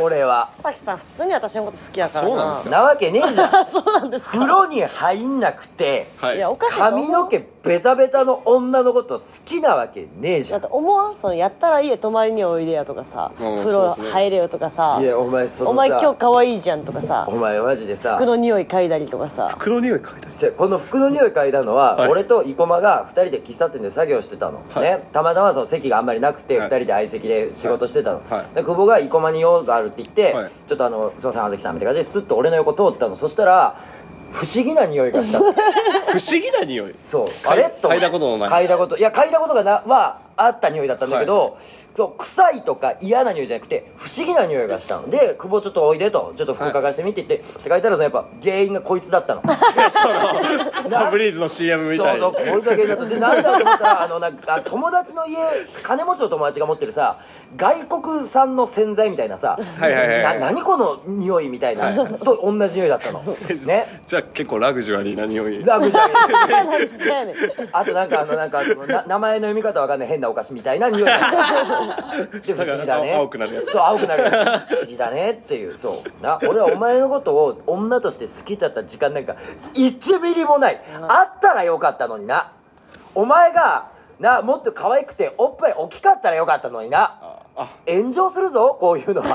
Speaker 2: 俺は
Speaker 3: 花咲さん普通に私のこと好きやから
Speaker 1: そうなんです
Speaker 2: なわけねえじゃん
Speaker 3: そうなんですか
Speaker 2: 風呂に入んなくて
Speaker 1: はい
Speaker 3: いやおかしいと思う
Speaker 2: 髪の毛ベタベタの女のこと好きなわけねえじ
Speaker 3: だ
Speaker 2: ゃ
Speaker 3: って思わんそのやったら家泊まりにおいでやとかさ、
Speaker 1: うん
Speaker 3: 風
Speaker 1: そう
Speaker 3: 呂
Speaker 1: ですね
Speaker 3: 入れよとかさ
Speaker 2: んいやお前そのさ
Speaker 3: お前今日可愛いじゃんとかさ
Speaker 2: お前マジでさ
Speaker 3: 服の匂い嗅いだりとかさ
Speaker 1: 黒匂い書いてある
Speaker 2: じゃあこの服の匂い嗅いだのは、
Speaker 1: はい
Speaker 2: 俺と生駒が2人で喫茶店で作業してたの、
Speaker 1: はい
Speaker 2: ね、たまたまその席があんまりなくて
Speaker 1: は
Speaker 2: 2
Speaker 1: い
Speaker 2: 人で相席で仕事してたの、
Speaker 1: はいはい
Speaker 2: で久保が生駒に用があるって言って、
Speaker 1: はい
Speaker 2: ちょっとあの「すいません葉月さん」みたいな感じですっと俺の横通ったのそしたら不思議な匂いがした
Speaker 1: 不
Speaker 2: の
Speaker 1: 思議な匂い
Speaker 2: そうあ
Speaker 1: 嗅い
Speaker 2: れと
Speaker 1: 嗅いだことのない
Speaker 2: 嗅いだこといや嗅いだことがなはあった匂いだったんだけど、そう臭いとか嫌な匂いじゃなくて不思議な匂いがしたので久保ちょっとおいでとちょっと服嗅がしてみてって言って、って書いたらそのやっぱ原因がこいつだったの
Speaker 1: タブリーズの CM みたいに
Speaker 2: そうそうこいつだけだとでなんだろうと思っ たらあのなんかあ友達の家金持ちの友達が持ってるさ外国産の洗剤みたいなさ
Speaker 1: はいはいはいはい
Speaker 2: な何この匂いみたいな、と同じ匂いだっ たのね
Speaker 1: じゃあ結構ラグジュアリーな匂い
Speaker 2: ラグジュアリー
Speaker 3: 何してんねん
Speaker 2: あとなんかあのなんかそのな名前の読み方わかんない変なお菓子みたいな匂いだったで不思議だね
Speaker 1: 下が青青くなるやつ
Speaker 2: そう青くなるやつ不思議だねっていうそうな俺はお前のことを女として好きだった時間なんか1ミリもないあったらよかったのになお前がなもっと可愛くておっぱい大きかったらよかったのにな
Speaker 1: ああ
Speaker 2: 炎上するぞこういうのは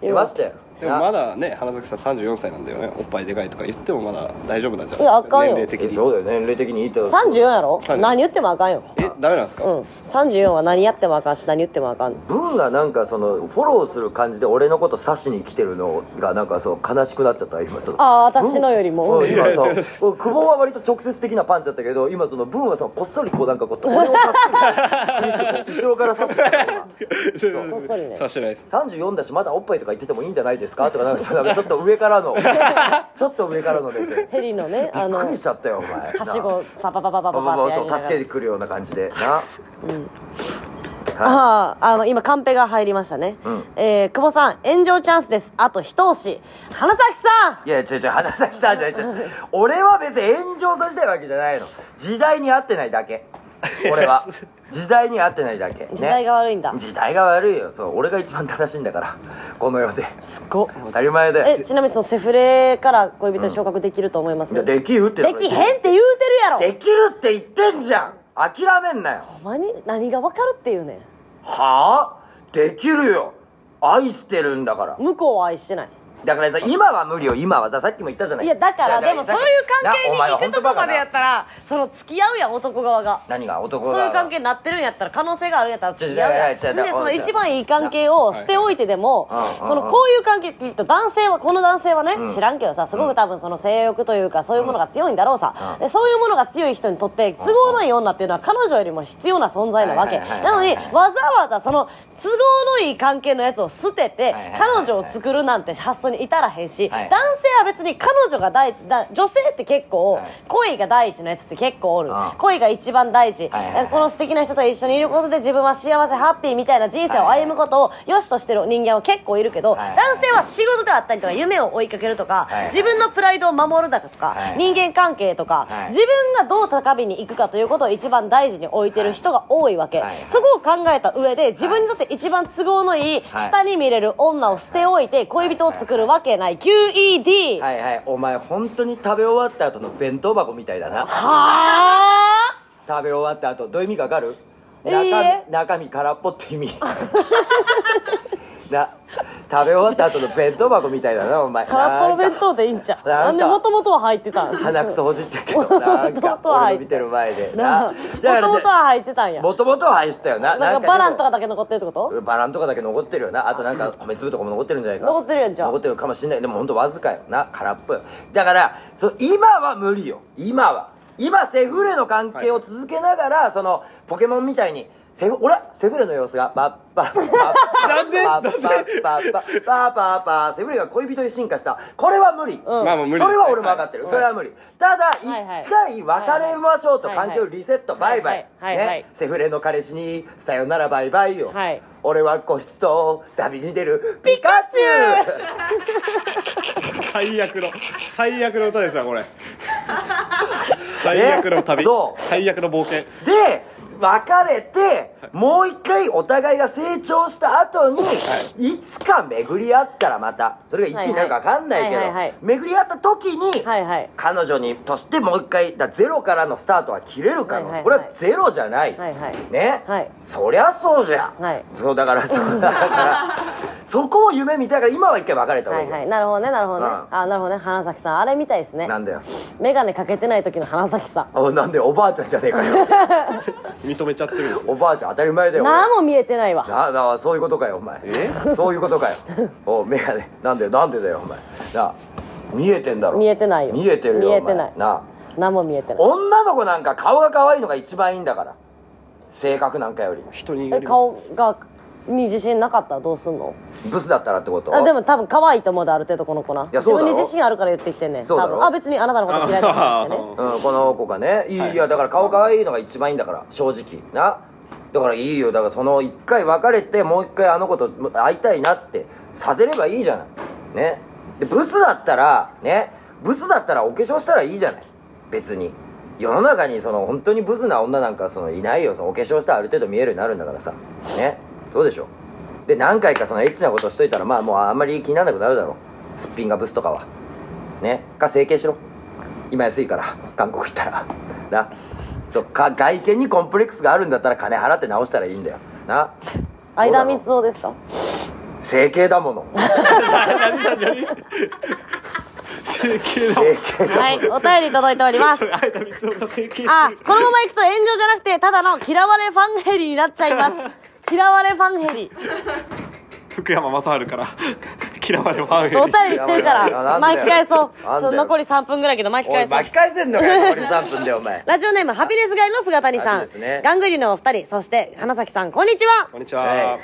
Speaker 2: 出ましたよ
Speaker 1: でもま
Speaker 2: だ
Speaker 1: だね花咲さん34歳なんだよねおっぱいでかいとか言ってもまだ大丈夫なんじゃ
Speaker 3: いや
Speaker 1: ない
Speaker 3: あ
Speaker 1: です
Speaker 3: か
Speaker 1: か
Speaker 3: ん
Speaker 1: 年
Speaker 3: よ
Speaker 1: 齢的
Speaker 2: そう
Speaker 1: に
Speaker 2: だよ年齢的にいいって
Speaker 3: 34やろ
Speaker 1: 34
Speaker 3: 何言ってもあかんよ
Speaker 1: えダメなんですか、
Speaker 3: うん34は何やってもあかんし何言ってもあかん
Speaker 2: 文がなんかそのフォローする感じで俺のこと刺しに来てるのがなんかそう悲しくなっちゃった今その
Speaker 3: あー私のよりも
Speaker 2: うん今そう
Speaker 1: いや
Speaker 2: 久保は割と直接的なパンチだったけど今その文はそのこっそりこうなんかこう俺を刺してる後ろから刺してた今
Speaker 3: こっそりね
Speaker 1: さしてないです
Speaker 2: 34だしまだおっぱいとか言っててもいいんじゃないですかとかなんかそうなんかちょっと上から のちょっと上からの目線
Speaker 3: ヘリのね
Speaker 2: び
Speaker 3: あ
Speaker 2: っ
Speaker 3: の
Speaker 2: くりしちゃったよお前
Speaker 3: はしごパパパパ
Speaker 2: パ
Speaker 3: パ
Speaker 2: パ
Speaker 3: パパ
Speaker 2: パ
Speaker 3: ってや
Speaker 2: そ
Speaker 3: り
Speaker 2: う
Speaker 3: なが
Speaker 2: 助けて
Speaker 3: ら
Speaker 2: くるような感じでな
Speaker 3: あああの今カンペが入りましたね、
Speaker 2: うん
Speaker 3: えー、久保さん炎上チャンスですあと一押し花咲さん
Speaker 2: いや、ちょいちょい、花咲さんじゃない、ちょい俺は別に炎上させたいわけじゃないの。時代に合ってないだけ。俺は。時代に合ってないだけ。ね
Speaker 3: 時代が悪いんだ
Speaker 2: 時代が悪いよ。そう、俺が一番正しいんだから。この世で。
Speaker 3: すごっ
Speaker 2: 当たり前だよ
Speaker 3: え。ちなみにそのセフレから恋人に昇格できると思います、
Speaker 2: いやできるって
Speaker 3: できへんって言うてるやろ
Speaker 2: できるって言ってんじゃん諦めんなよ。
Speaker 3: ほんまに何が分かるっていうねん
Speaker 2: はあできるよ愛してるんだから。
Speaker 3: 向こうは愛してない
Speaker 2: だからさ、今は無理よ、今はさ、さっきも言ったじゃない。
Speaker 3: いやだからでもそういう関係に行くとこまでや
Speaker 2: っ
Speaker 3: ったたらその付き合うやん男側が
Speaker 2: 何が男が。
Speaker 3: そういう関係になってるんやったら可能性があるんやったら付き合うやん
Speaker 2: 違う違う違う
Speaker 3: で
Speaker 2: 違う
Speaker 3: その一番いい関係を捨ておいてでも
Speaker 2: はいうん
Speaker 3: その
Speaker 2: うん
Speaker 3: こういう関係きっと男性はこの男性はね知らんけどさすごく多分その性欲というかそういうものが強いんだろうさでそういうものが強い人にとって都合のいい女っていうのは彼女よりも必要な存在なわけ
Speaker 2: はいはいはい
Speaker 3: なの
Speaker 2: はい
Speaker 3: にわざわざその都合のいい関係のやつを捨てて
Speaker 2: はいはい
Speaker 3: 彼女を作るなんて発想に至らへんし
Speaker 2: は
Speaker 3: 男
Speaker 2: い
Speaker 3: 性は別に彼女が第一だ女性って結構
Speaker 2: はい
Speaker 3: 恋が第一のやつって結構おる
Speaker 2: うん
Speaker 3: 恋が一番大事
Speaker 2: はいはいはい
Speaker 3: この素敵な人と一緒にいることで自分は幸せハッピーみたいな人生を歩むことを良しとしてる人間は結構いるけど、
Speaker 2: はいはい
Speaker 3: 男性は仕事であったりとか夢を追いかけるとか、
Speaker 2: はいはい
Speaker 3: 自分のプライドを守るだとか、
Speaker 2: はい
Speaker 3: 人間関係とか、
Speaker 2: はい
Speaker 3: 自分がどう高みに行くかということを一番大事に置いてる人が多いわけ、
Speaker 2: はいはい
Speaker 3: そこを考えた上で自分にとって一番都合のいい、
Speaker 2: はい
Speaker 3: 下に見れる女を捨ておいて恋人を作るわけない QED は
Speaker 2: はいはい、お前本当に食べ終わった後の弁当箱みたいだな。
Speaker 3: あ
Speaker 2: 食べ終わった後、どういう意味かわかる
Speaker 3: いい
Speaker 2: 中身
Speaker 3: え
Speaker 2: 中身空っぽって意 味。な、食べ終わった後の弁当箱みたいだな、お前。
Speaker 3: 空っぽの弁当でいいんちゃう
Speaker 2: な
Speaker 3: なんん
Speaker 2: か
Speaker 3: でもともとは入ってたん
Speaker 2: 鼻くそほじってるけど、なんか、
Speaker 3: 元々は
Speaker 2: 俺の
Speaker 3: 入って
Speaker 2: 見てる前で。な
Speaker 3: なあ、もともとは入ってたんや。
Speaker 2: もともとは入ってたよな。
Speaker 3: な
Speaker 2: ちょ
Speaker 3: んか
Speaker 2: っ
Speaker 3: バランとかだけ残ってるってこと
Speaker 2: バランとかだけ残ってるよなあとなんか米粒とかも残ってるんじゃないか
Speaker 3: 残ってるやんじゃあ
Speaker 2: 残ってるかもしんないでもほんとわずかよな空っぽよだからそう今は無理よ今は今セフレの関係を続けながら、そのポケモンみたいにセフ俺セフレの様子がパッパッパッ
Speaker 1: なんで
Speaker 2: パッパッパッパッパッパッパッパッセフレが恋人に進化したこれは無理、
Speaker 3: んまあ
Speaker 1: まあ無理です
Speaker 2: それは俺も分かってる、
Speaker 1: はい
Speaker 2: それは無理ただ一
Speaker 3: はいはい
Speaker 2: 回別れましょうと
Speaker 3: はいはい
Speaker 2: 環境をリセット、
Speaker 3: はい
Speaker 2: バ
Speaker 3: は
Speaker 2: イ
Speaker 3: い
Speaker 2: バイ、
Speaker 3: はいは
Speaker 2: ね
Speaker 3: い
Speaker 2: セフレの彼氏にさよならバイバイよ、
Speaker 3: はい
Speaker 2: 俺は個室と旅に出るピカチュウ
Speaker 1: 最悪の最悪の歌ですわこれ最悪の旅
Speaker 2: そう
Speaker 1: 最悪の冒険
Speaker 2: で別れてもう一回お互いが成長した後に、い、つか巡り合ったらまたそれがいつになるか分かんないけど、
Speaker 3: はいはいはいはい
Speaker 2: 巡り合った時に、
Speaker 3: はいはい。
Speaker 2: 彼女にとしてもう一回だゼロからのスタートは切れる可能性、
Speaker 3: はいはいはい
Speaker 2: これはゼロじゃない、
Speaker 3: はいはい
Speaker 2: ね、
Speaker 3: はい
Speaker 2: そりゃそうじゃん、
Speaker 3: はい
Speaker 2: そうだからそうだ からそこを夢見たいから今は一回別れた方
Speaker 3: は
Speaker 2: がいい
Speaker 3: い
Speaker 2: よ、
Speaker 3: はい。なるほどね、なるほどね
Speaker 2: うん。
Speaker 3: あ、なるほどね。花咲さん、あれみたいですね。
Speaker 2: なんだよ
Speaker 3: メガネかけてない時の花咲さ
Speaker 2: おなんでおばあちゃんじゃねえか よ
Speaker 1: 認めちゃってるんですね
Speaker 2: おばあちゃん当たり前だ
Speaker 3: ん。
Speaker 2: よ
Speaker 3: 何も見えてないわ。
Speaker 2: ななそういうことかよお前
Speaker 1: え
Speaker 2: そういうことかよおメガネなんでなんでだよお前なあ見えてんだろ
Speaker 3: 見えてないよ。
Speaker 2: 見えてるよ
Speaker 3: 見
Speaker 2: お
Speaker 3: えて
Speaker 2: 前
Speaker 3: ない。
Speaker 2: なあ
Speaker 3: 何も見えてない。
Speaker 2: 女の子なんか顔が可愛いのが一番いいんだから性格なんかより
Speaker 1: 人によ
Speaker 3: え、
Speaker 1: ります
Speaker 3: 顔が、に自信なかったらどうすんの
Speaker 2: ブスだったらってこと
Speaker 3: あでも多分可愛いと思うである程度この子な。
Speaker 2: や
Speaker 3: 自
Speaker 2: そうだろ
Speaker 3: 分に自信あるから言ってきてんねん。
Speaker 2: そうだろ
Speaker 3: 多分あ、別にあなたのこと嫌いと かじゃなくてね。
Speaker 2: うん、この子がねいい、い、やだから顔可愛いのが一番いいんだから正直なだからいいよだからその一回別れてもう一回あの子と会いたいなってさせればいいじゃないねでブスだったらねブスだったらお化粧したらいいじゃない別に世の中にその本当にブスな女なんかそのいないよそのお化粧したらある程度見えるようになるんだからさねそうでしょで何回かそのエッチなことしといたらまあもうあんまり気にならなくなるだろうすっぴんがブスとかはねか整形しろ今安いから韓国行ったらなそうか外見にコンプレックスがあるんだったら金払って直したらいいんだよな
Speaker 3: 相田光
Speaker 2: つ
Speaker 3: 夫ですか
Speaker 2: 整形だもの
Speaker 1: 整形だ
Speaker 2: 整形だ
Speaker 3: はい。お便り届いてお ります。
Speaker 1: 相田光夫が整形してる
Speaker 3: あ、このまま行くと炎上じゃなくて、ただの嫌われファンヘリになっちゃ います。嫌われファンヘリ。ち
Speaker 1: 福山雅治から 嫌われファンヘ
Speaker 3: ょっとお便り来てるか
Speaker 2: いやいや
Speaker 3: ら、
Speaker 2: なん
Speaker 3: 巻
Speaker 2: で
Speaker 3: き返そう。ち
Speaker 2: な
Speaker 3: ょ
Speaker 2: ん
Speaker 3: っ
Speaker 2: で
Speaker 3: と残り3分ぐらいけど巻き
Speaker 2: おい
Speaker 3: 返そう
Speaker 2: 巻き。返せんのかよ残り3分でお前
Speaker 3: ラジオネーム、ハピネスガイの姿にさ
Speaker 2: あいい
Speaker 3: ん
Speaker 2: ですね。
Speaker 3: ガングリのお二人、そして、花咲さん、こんにちは
Speaker 1: こん。にちは、
Speaker 2: は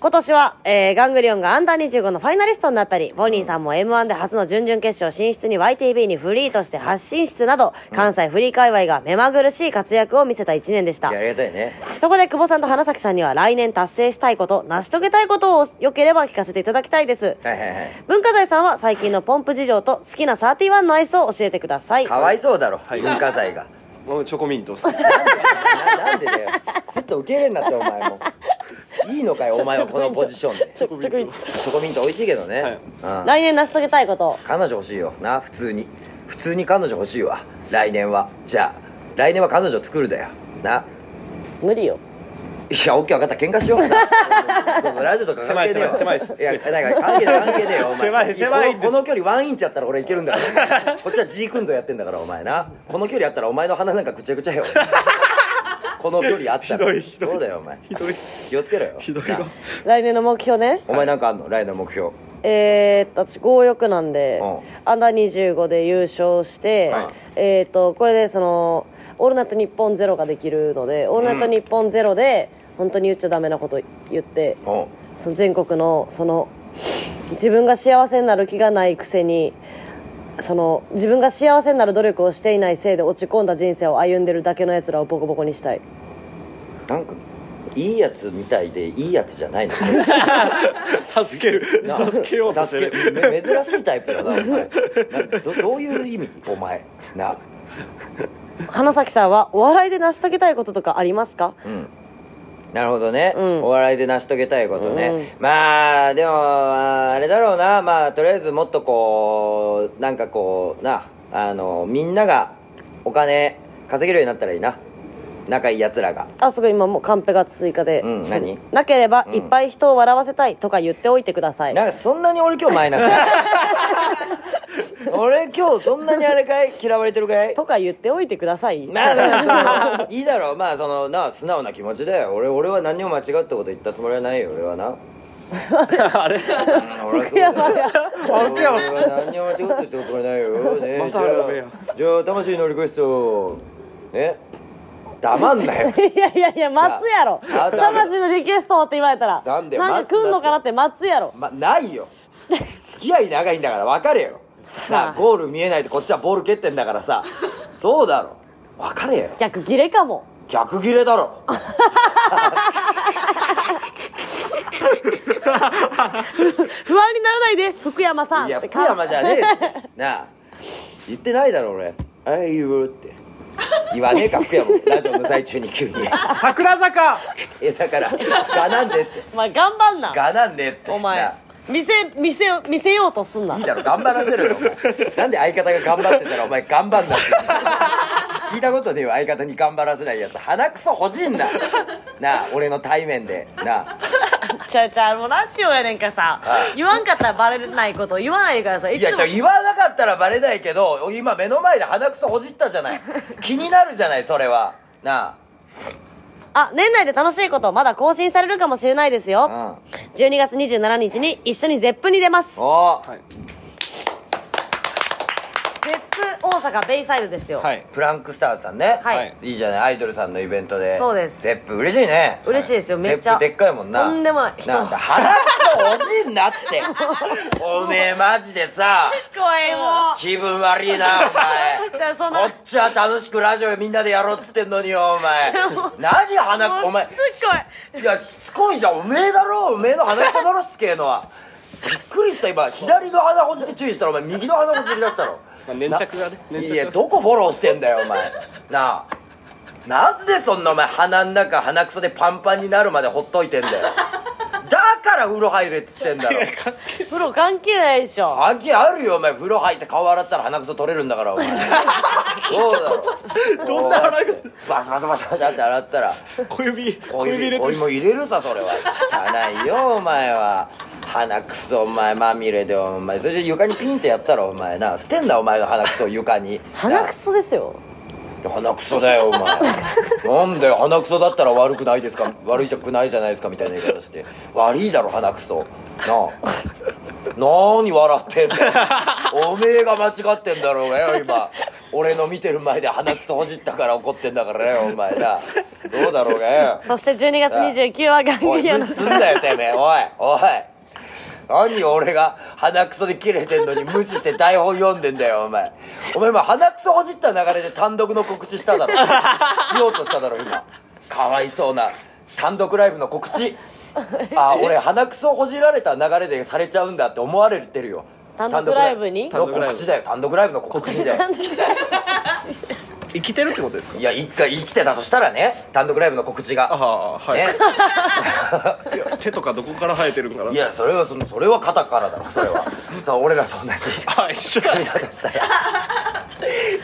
Speaker 3: 今年は、えーガングリオンがアンダー25のファイナリストになったり、ボニーさんも M1 で初の準々決勝進出に YTV にフリーとして発信室など、関西フリー界隈が目まぐるしい活躍を見せた1年でした
Speaker 2: いや。ありがたいね
Speaker 3: そこで久保さんと花咲さんには来年達成したいこと、成し遂げたいことを良ければ聞かせていただきたいです。
Speaker 2: はいはいはい
Speaker 3: 文化財さんは最近のポンプ事情と好きな31のアイスを教えてください。
Speaker 2: かわいそうだろ、
Speaker 1: はい
Speaker 2: 文化財が
Speaker 1: うんチョコミントっす
Speaker 2: ななんでだよすっと受け入れんなってお前もいいのかよお前はこのポジションで
Speaker 3: ちょ、ちょ
Speaker 2: チョコミント美味しいけどね、
Speaker 1: はい
Speaker 2: うん
Speaker 3: 来年成し遂げたいこと。
Speaker 2: 彼女欲しいよな普通に普通に彼女欲しいわ来年はじゃあ来年は彼女作るだよな
Speaker 3: 無理よ。
Speaker 2: いや、オッケー分かった。喧嘩しよう。 そのラジオとか関係ねえよ。
Speaker 1: 狭い狭い狭い
Speaker 2: いや、なんか関係ねえ関係ねえよ、お前。
Speaker 1: 狭い狭い
Speaker 2: このこの距離ワンインチあったら俺いけるんだから。こっちは G 君とやってんだから、お前な。この距離あったらお前の鼻なんかぐちゃぐちゃよ。 この距離あっ
Speaker 1: ひ
Speaker 2: たら。
Speaker 1: どいひどい
Speaker 2: そうだよ、お前。
Speaker 1: ひどい
Speaker 2: 気をつけろよ。
Speaker 1: ひどい
Speaker 2: な
Speaker 1: わ
Speaker 3: 来年の目標ね。
Speaker 2: お前なんかあんの来年の目標。
Speaker 3: えー、っと私強欲なんで、
Speaker 2: う
Speaker 3: アンダー25で優勝して、
Speaker 2: はい
Speaker 3: えー、っとこれでその「オールナイトニッポンゼロができるので「オールナイトニッポンゼロで本当に言っちゃダメなこと言って
Speaker 2: おう
Speaker 3: その全国のその自分が幸せになる気がないくせにその自分が幸せになる努力をしていないせいで落ち込んだ人生を歩んでるだけのやつらをボコボコにしたい
Speaker 2: なんか、いいやつみたいでいいやつじゃないの。
Speaker 1: 助ける
Speaker 2: な
Speaker 1: 助けようとして
Speaker 2: 助け
Speaker 1: る
Speaker 2: め珍しいタイプだな お前などどういう意味お前な
Speaker 3: 花咲さんはお笑いで成し遂げたいこととかありますか
Speaker 2: うんなるほどね、
Speaker 3: ん
Speaker 2: お笑いで成し遂げたいことね、
Speaker 3: う
Speaker 2: まあでもまああれだろうなまあとりあえずもっとこうなんかこうなあのみんながお金稼げるようになったらいいな仲いいやつらが
Speaker 3: あすごい今もうカンペが追加で、
Speaker 2: うん何
Speaker 3: なければ
Speaker 2: うん
Speaker 3: いっぱい人を笑わせたいとか言っておいてください、
Speaker 2: なんかそんなに俺今日マイナス だ俺今日そんなにあれかい嫌われてるかい
Speaker 3: とか言っておいてください
Speaker 2: なあなあそのいいだろうまあそのなあ素直な気持ちだよ俺俺は何を間違ったこと言ったつもりはないよ俺はな、うん、
Speaker 1: あれ
Speaker 2: 俺はそうだよ
Speaker 1: 福山
Speaker 2: 俺は何を間違った言ったつもりないよね
Speaker 1: ま
Speaker 2: じ
Speaker 1: た
Speaker 2: ゃ
Speaker 1: あれだね
Speaker 2: あじゃあ魂のリクエストね黙んなよ
Speaker 3: いやいやいや待つやろ
Speaker 2: ああダメ
Speaker 3: 魂のリクエストって言われたら
Speaker 2: なんで
Speaker 3: か来んのかなって待つやろ
Speaker 2: まないよ付き合い長いんだから分かれよなあゴール見えないでこっちはボール蹴ってんだからさそうだろ分かれよ
Speaker 3: 逆ギレかも
Speaker 2: 逆ギレだろ
Speaker 3: 不安にならないで福山さん
Speaker 2: いや
Speaker 3: って
Speaker 2: 福
Speaker 3: 感
Speaker 2: 山じゃねえってなあ言ってないだろ俺「あいよ」って言わねえか福山ラジオの最中に急にい
Speaker 1: 桜 坂
Speaker 2: やだからがなんでって
Speaker 3: お前頑張んな
Speaker 2: がなんでって
Speaker 3: お
Speaker 2: な
Speaker 3: 前
Speaker 2: あ
Speaker 3: 見せ見せ見せようとすんない
Speaker 2: いだろ頑張らせるよお前なんで相方が頑張ってたらお前頑張んだって聞いたことねえよ相方に頑張らせないやつ鼻くそほじんななあ俺の対面でなあ
Speaker 3: ちゃうちゃうもうラジオやねんからさ
Speaker 2: ああ
Speaker 3: 言わんかったらバレないこと言わないでくださいい
Speaker 2: いや
Speaker 3: つ
Speaker 2: じゃ
Speaker 3: も
Speaker 2: 言わなかったらバレないけど今目の前で鼻くそほじったじゃない気になるじゃないそれはな
Speaker 3: あ年内で楽しいことまだ更新されるかもしれないですよ、
Speaker 2: あうん
Speaker 3: 12月27日に一緒に ZEP に出ます
Speaker 2: おー
Speaker 1: はい
Speaker 3: ZEP 大阪ベイサイドですよ、
Speaker 1: はい
Speaker 2: プランクスターズさんね、
Speaker 3: はい
Speaker 1: はい
Speaker 2: い、いじゃないアイドルさんのイベントで
Speaker 3: そうです
Speaker 2: ゼップ嬉しいね
Speaker 3: 嬉しいですよめっ
Speaker 2: ゼ
Speaker 3: ちゃ
Speaker 2: ップでっかいもんな
Speaker 3: とんでもない人
Speaker 2: なんだ鼻くそおじんなって おめえマジでさ
Speaker 3: 怖いも
Speaker 2: 気分悪いなお前
Speaker 3: じゃあそんな
Speaker 2: こっちは楽しくラジオみんなでやろうっつってんのによお 前何鼻くお前
Speaker 3: すっごい
Speaker 2: いやしつこいじゃんおめえだろおめえの鼻くそだろしつけえのはびっくりした今左の鼻ほじり注意したらお前右の鼻ほじり出したろ
Speaker 1: まあ粘着がね
Speaker 2: な
Speaker 1: 粘着
Speaker 2: い
Speaker 1: が
Speaker 2: やどこフォローしてんだよお前なあなんでそんなお前鼻ん中鼻くそでパンパンになるまでほっといてんだよだから風呂入れっつってんだろ
Speaker 3: プロ関係ないでしょ
Speaker 2: 秋あるよお前風呂入って顔洗ったら鼻くそ取れるんだから お前そうだろ
Speaker 1: どんな洗い方
Speaker 2: バシャバシャバシャバシャって洗ったら
Speaker 1: 小指小
Speaker 2: 小
Speaker 1: 指入れ
Speaker 2: 指
Speaker 1: て
Speaker 2: 小
Speaker 1: る
Speaker 2: 指も入れるさそれは汚いよお前は鼻くそお前まみれでお前それで床にピンってやったらお前な捨てんなお前の鼻くそを床に
Speaker 3: 鼻くそですよ
Speaker 2: な鼻くそだよお前なんだよ鼻くそだったら悪くないですか悪いじゃくないじゃないですかみたいな言い方して悪いだろ鼻くそなあなーに笑ってんだよおめえが間違ってんだろうがよ今俺の見てる前で鼻くそほじったから怒ってんだからねお前なそうだろうがよ
Speaker 3: そして12月29日はガン
Speaker 2: お
Speaker 3: グ
Speaker 2: い
Speaker 3: リオン
Speaker 2: 無
Speaker 3: の
Speaker 2: 視すんだよてめえおいおい何俺が鼻くそで切れてんのに無視して台本読んでんだよお前お前今鼻くそほじった流れで単独の告知し ただろしようとしただろ今かわいそうな単独ライブの告知あ俺鼻くそほじられた流れでされちゃうんだって思われてるよ
Speaker 3: 単独ライブに
Speaker 2: 単独ライブの告知だよ単独ライブの告知だよ
Speaker 1: 生きてるってことですか
Speaker 2: いや一回生きてたとしたらね単独ライブの告知が
Speaker 1: ああーはい、
Speaker 2: ね
Speaker 1: いや手とかどこから生えてるんかない
Speaker 2: やそれはそのそれは肩からだろそれはさあ俺らと同じ
Speaker 1: あ一緒だ
Speaker 2: 髪型したら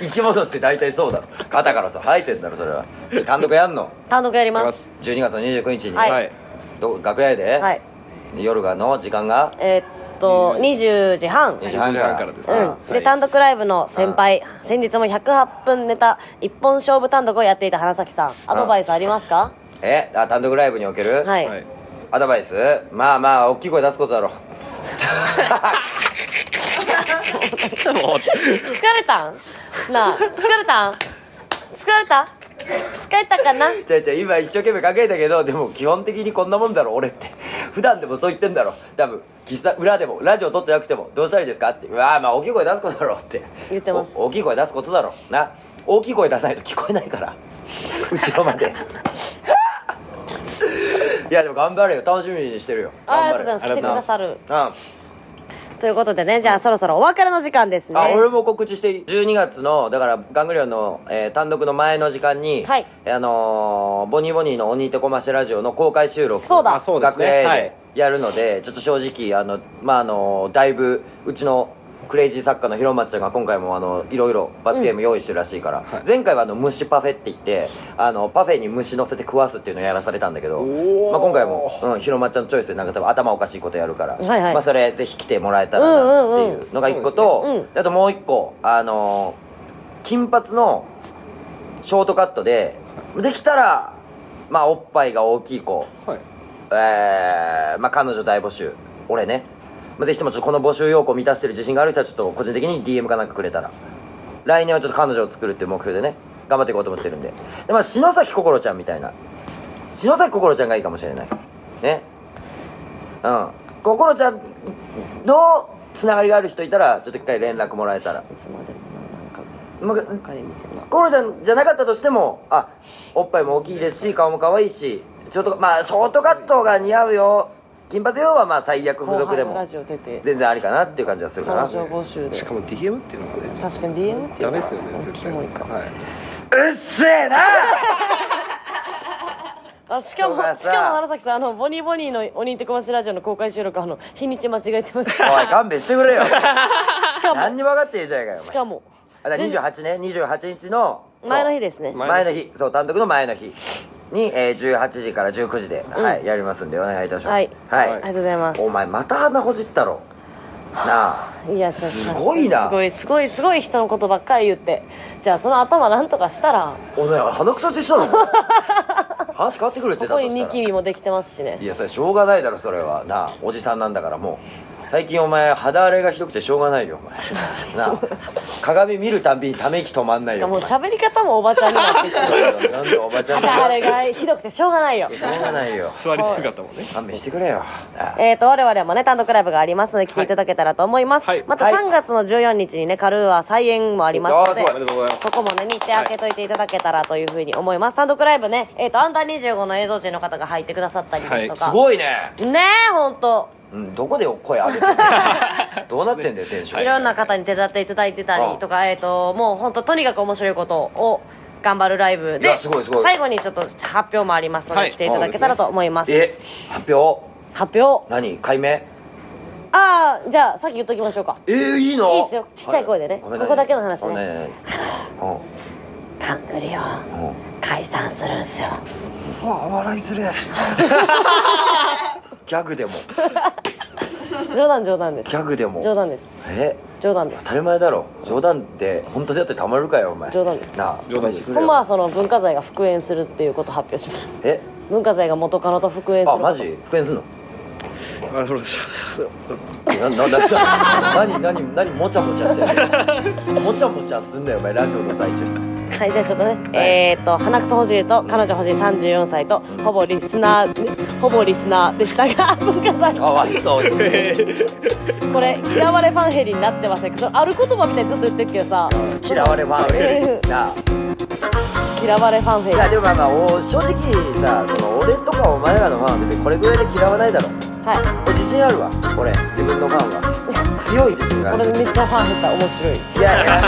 Speaker 2: 生き物って大体そうだろ肩からさ生えてんだろそれは単独やんの
Speaker 3: 単独やります
Speaker 2: 12月の29日に、
Speaker 3: はい
Speaker 1: はい
Speaker 2: どこ楽屋で、
Speaker 3: はい
Speaker 2: 夜がの時間が
Speaker 3: えーっと20時半
Speaker 2: 2時半か
Speaker 1: 20
Speaker 2: ら
Speaker 1: 時半からです
Speaker 2: あ
Speaker 3: うん、で単独ライブの先輩先日も108分ネタ一本勝負単独をやっていた花咲さんアドバイスありますか
Speaker 2: えあ単独ライブにおける、
Speaker 3: はい、
Speaker 1: はい
Speaker 2: アドバイスまあまあ大きい声出すことだ ろ
Speaker 1: もう
Speaker 3: 疲れたんなあ疲れたん疲れた疲れたかな
Speaker 2: じゃじゃ今一生懸命考えたけどでも基本的にこんなもんだろ俺って 普段でもそう言ってんだろ多分喫茶裏でもラジオ撮ってなくてもどうしたらいいですかってうわーまあ大きい声出すことだろって
Speaker 3: 言ってます
Speaker 2: お大きい声出すことだろな大きい声出さないと聞こえないから 後ろまで いやでも頑張れよ楽しみにしてるよ頑
Speaker 3: ああ
Speaker 2: 張
Speaker 3: り
Speaker 2: れ
Speaker 3: がとうございます来てくださる
Speaker 2: うん
Speaker 3: ということでねじゃあそろそろお別れの時間ですね
Speaker 2: あ俺も告知していい12月のだからガングリオンの、えー単独の前の時間に、
Speaker 3: はい
Speaker 2: あのーボニーボニーの「鬼とこましラジオ」の公開収録
Speaker 3: そうだあ
Speaker 1: そうですね
Speaker 2: 楽屋で
Speaker 1: はい
Speaker 2: やるので、ちょっと正直あの、まああのだいぶうちのクレイジー作家のひろまっちゃんが今回もあのいろいろ罰ゲーム用意してるらしいから、前回はあの虫パフェって言ってあのパフェに虫乗せて食わすっていうのをやらされたんだけど、
Speaker 1: おー
Speaker 2: まあ、今回も、うん、ひろまっちゃんのチョイスでなんか多分頭おかしいことやるから、
Speaker 3: はいはい
Speaker 2: まあ、それぜひ来てもらえたらなっていうのが一個と、
Speaker 3: うんうん
Speaker 2: あともう一個あのー金髪のショートカットでできたらまあおっぱいが大きい子
Speaker 1: はい
Speaker 2: えーまあ彼女大募集俺ねまあぜひともちょっとこの募集要項を満たしてる自信がある人はちょっと個人的に DM かなんかくれたら来年はちょっと彼女を作るっていう目標でね頑張っていこうと思ってるんででまあ篠崎心ちゃんみたいな篠崎心ちゃんがいいかもしれないねうん心ちゃんのつながりがある人いたらちょっと一回連絡もらえたら
Speaker 3: いつまでもななんか
Speaker 2: まあ
Speaker 3: ばっかり見てんな
Speaker 2: コロちゃんじゃなかったとしてもあおっぱいも大きいですし顔も可愛いしショートまあショートカットが似合うよ金髪用はまあ最悪付属で
Speaker 3: 後輩のラ
Speaker 2: も
Speaker 3: ジオ出て
Speaker 2: 全然ありかなっていう感じはするか
Speaker 3: 彼
Speaker 2: な
Speaker 3: 女募集で
Speaker 1: しかも DM っていうのがね
Speaker 3: 確かに DM ってい
Speaker 1: ダ
Speaker 3: うの
Speaker 1: メで
Speaker 3: は
Speaker 1: すよね絶
Speaker 3: キ
Speaker 1: 対
Speaker 3: モいか
Speaker 1: はい、
Speaker 2: うっせえな
Speaker 3: あしかも
Speaker 2: 人が
Speaker 3: し
Speaker 2: さ
Speaker 3: かも原崎さんあのボニーボニーの「鬼ってこましラジオ」の公開収録あの日にち間違えてますし
Speaker 2: おい勘弁してくれ よ
Speaker 3: かも
Speaker 2: 何にも分かってえじゃないかよ
Speaker 3: し
Speaker 2: お前
Speaker 3: かも
Speaker 2: あだから28ね28日のそう
Speaker 3: 前の日ですね
Speaker 2: 前の日そう単独の前の日に、えー、18時から19時で、はい、やりますんでお願いいたします
Speaker 3: はい
Speaker 2: はい、
Speaker 3: ありがとうございます
Speaker 2: お前また鼻ほじったろなあ
Speaker 3: いや
Speaker 2: すごいな
Speaker 3: すごいすごいすごい人のことばっかり言ってじゃあその頭なんとかしたら
Speaker 2: おね鼻くそってした の話変わってくるってだ
Speaker 3: こことに
Speaker 2: した
Speaker 3: ニ
Speaker 2: ら
Speaker 3: キビもできてますしね
Speaker 2: いやそれしょうがないだろそれはなあおじさんなんだからもう最近お前肌荒れがひどくてしょうがないよお前な あ鏡見るたんびにため息止まんないよ
Speaker 3: も
Speaker 2: お
Speaker 3: う
Speaker 2: 前
Speaker 3: 喋り方もおばちゃんにな ってきて
Speaker 2: なんでおばちゃん
Speaker 3: 肌荒れ
Speaker 2: し
Speaker 3: がひどくてしょうがないよ
Speaker 2: ょうがないよ
Speaker 1: 座り姿もね
Speaker 2: 勘弁してくれよなあ
Speaker 3: えー、と我々もね単独ライブがありますので来ていただけたらと思います、
Speaker 1: はい
Speaker 3: また
Speaker 2: はい
Speaker 3: 3月の14日にねカルーア再演もありますので
Speaker 2: あー
Speaker 1: おめでとうございます
Speaker 3: そこもね日程開けといていただけたらというふうに思います、単独ライブねえっ、とアンダー25の映像陣の方が入ってくださったりですとか、
Speaker 2: すごいね
Speaker 3: ねえほんと
Speaker 2: うんどこで声上げて んのどうなってんだよテンション
Speaker 3: いろんな方に手伝っていただいてたりとか、えっ、ともう本当とにかく面白いことを頑張るライブ
Speaker 2: い
Speaker 3: で
Speaker 2: やすごいすごい
Speaker 3: 最後にちょっと発表もありますので、
Speaker 1: はい
Speaker 3: 来ていただけたらと思います
Speaker 2: え発表
Speaker 3: 発表
Speaker 2: 何解明
Speaker 3: ああじゃあさっき言っときましょうか
Speaker 2: えー、いいの
Speaker 3: いいっすよちっちゃい声でね
Speaker 2: ごめん
Speaker 3: ここだけの話ね
Speaker 2: ごめんねうん
Speaker 3: カングリオン
Speaker 2: うん
Speaker 3: 解散するんすよ
Speaker 2: うわ笑いず れギャグでも
Speaker 3: 冗談冗談です
Speaker 2: ギャグでも
Speaker 3: 冗談です
Speaker 2: え
Speaker 3: 冗談で
Speaker 2: 当
Speaker 3: す
Speaker 2: たり前だろ冗談で本当でやってたまるかよお前
Speaker 3: 冗談です
Speaker 2: なあ
Speaker 1: 冗談です
Speaker 2: 勘弁してくれ
Speaker 3: ほ
Speaker 2: よ
Speaker 3: んまはその文化財が復縁するっていうことを発表します
Speaker 2: え
Speaker 3: 文化財が元カノと復縁する
Speaker 2: あ
Speaker 3: こと
Speaker 2: マジ復縁すんの
Speaker 1: あそうです
Speaker 2: ななな何何何もちゃもちゃしてんのもちゃもちゃすんなよお前ラジオの最中
Speaker 3: はい、じゃあちょっとね、えーっと、鼻くそほじりと、彼女ほじり34歳と、ほぼリスナー、ほぼリスナーでしたが、 文化
Speaker 2: か
Speaker 3: 祭、
Speaker 2: わいそうに
Speaker 3: これ、嫌われファンヘリになってませんかそれ、ある言葉みたいにずっと言ってるけどさ、
Speaker 2: 嫌われファンヘリなあ
Speaker 3: 嫌われファンヘ
Speaker 2: い
Speaker 3: リ。
Speaker 2: やでもまあまあお正直さその俺とかお前らのファンは別にこれぐらいで嫌わないだろ
Speaker 3: は
Speaker 2: 自信あるわ俺自分のファンは強い自信があ
Speaker 3: い。
Speaker 2: る
Speaker 3: 俺めっちゃファンヘった面白い。
Speaker 2: いやいやね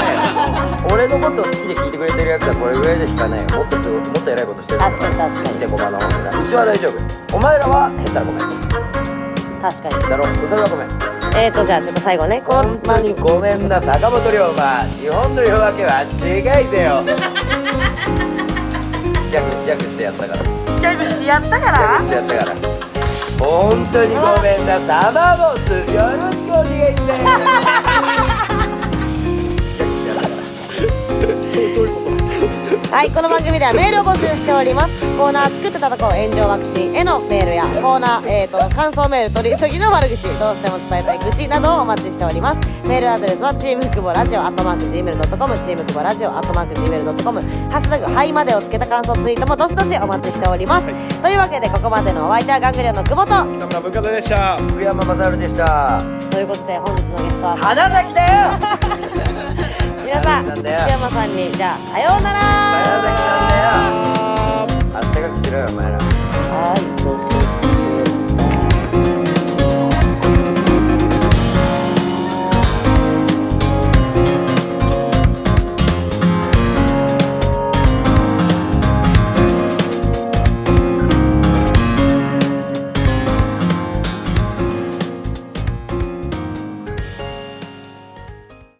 Speaker 2: 俺のことを好きで聞いてくれてるやつはこれぐらいじゃ引かないよもっとすごいもっと偉いことしてる
Speaker 3: 確かに確かに
Speaker 2: 見てごまの方がうちは大丈夫お前らは減ったらごめん
Speaker 3: 確かに。
Speaker 2: だろそれはごめん
Speaker 3: えーっと、じゃあちょっと最後ね、この
Speaker 2: 本当にごめんな坂本龍馬日本の夜明けは違いぜよ逆逆してやったから
Speaker 3: 逆してやったか
Speaker 2: 逆してやったから本当にごめんなサマーボスよろしくお願いします逆してやったから
Speaker 3: はい、この番組ではメールを募集しております。コーナー作って叩こう炎上ワクチンへのメールや、コーナー、えー、と、感想メール取り急ぎの悪口、どうしても伝えたい愚痴などをお待ちしております。メールアドレスは、チーム福保ラジオ、アットマーク Gmail.com、チーム福保ラジオ、アットマーク Gmail.com、ハッシュタグ、はいまでをつけた感想ツイートもどしどしお待ちしております。というわけで、ここまでのお相手はガングリオンの久保と、
Speaker 1: 北村文化財でした
Speaker 2: 福山雅治でした
Speaker 3: ということで、本日のゲストは、
Speaker 2: 花咲だよ
Speaker 3: 皆さん、
Speaker 2: 花崎
Speaker 3: 福
Speaker 2: さんだよ
Speaker 3: 山さんに、じゃあ、さようなら
Speaker 2: 花咲さんだよあったかくしろよお前ら
Speaker 3: はい、どうしよう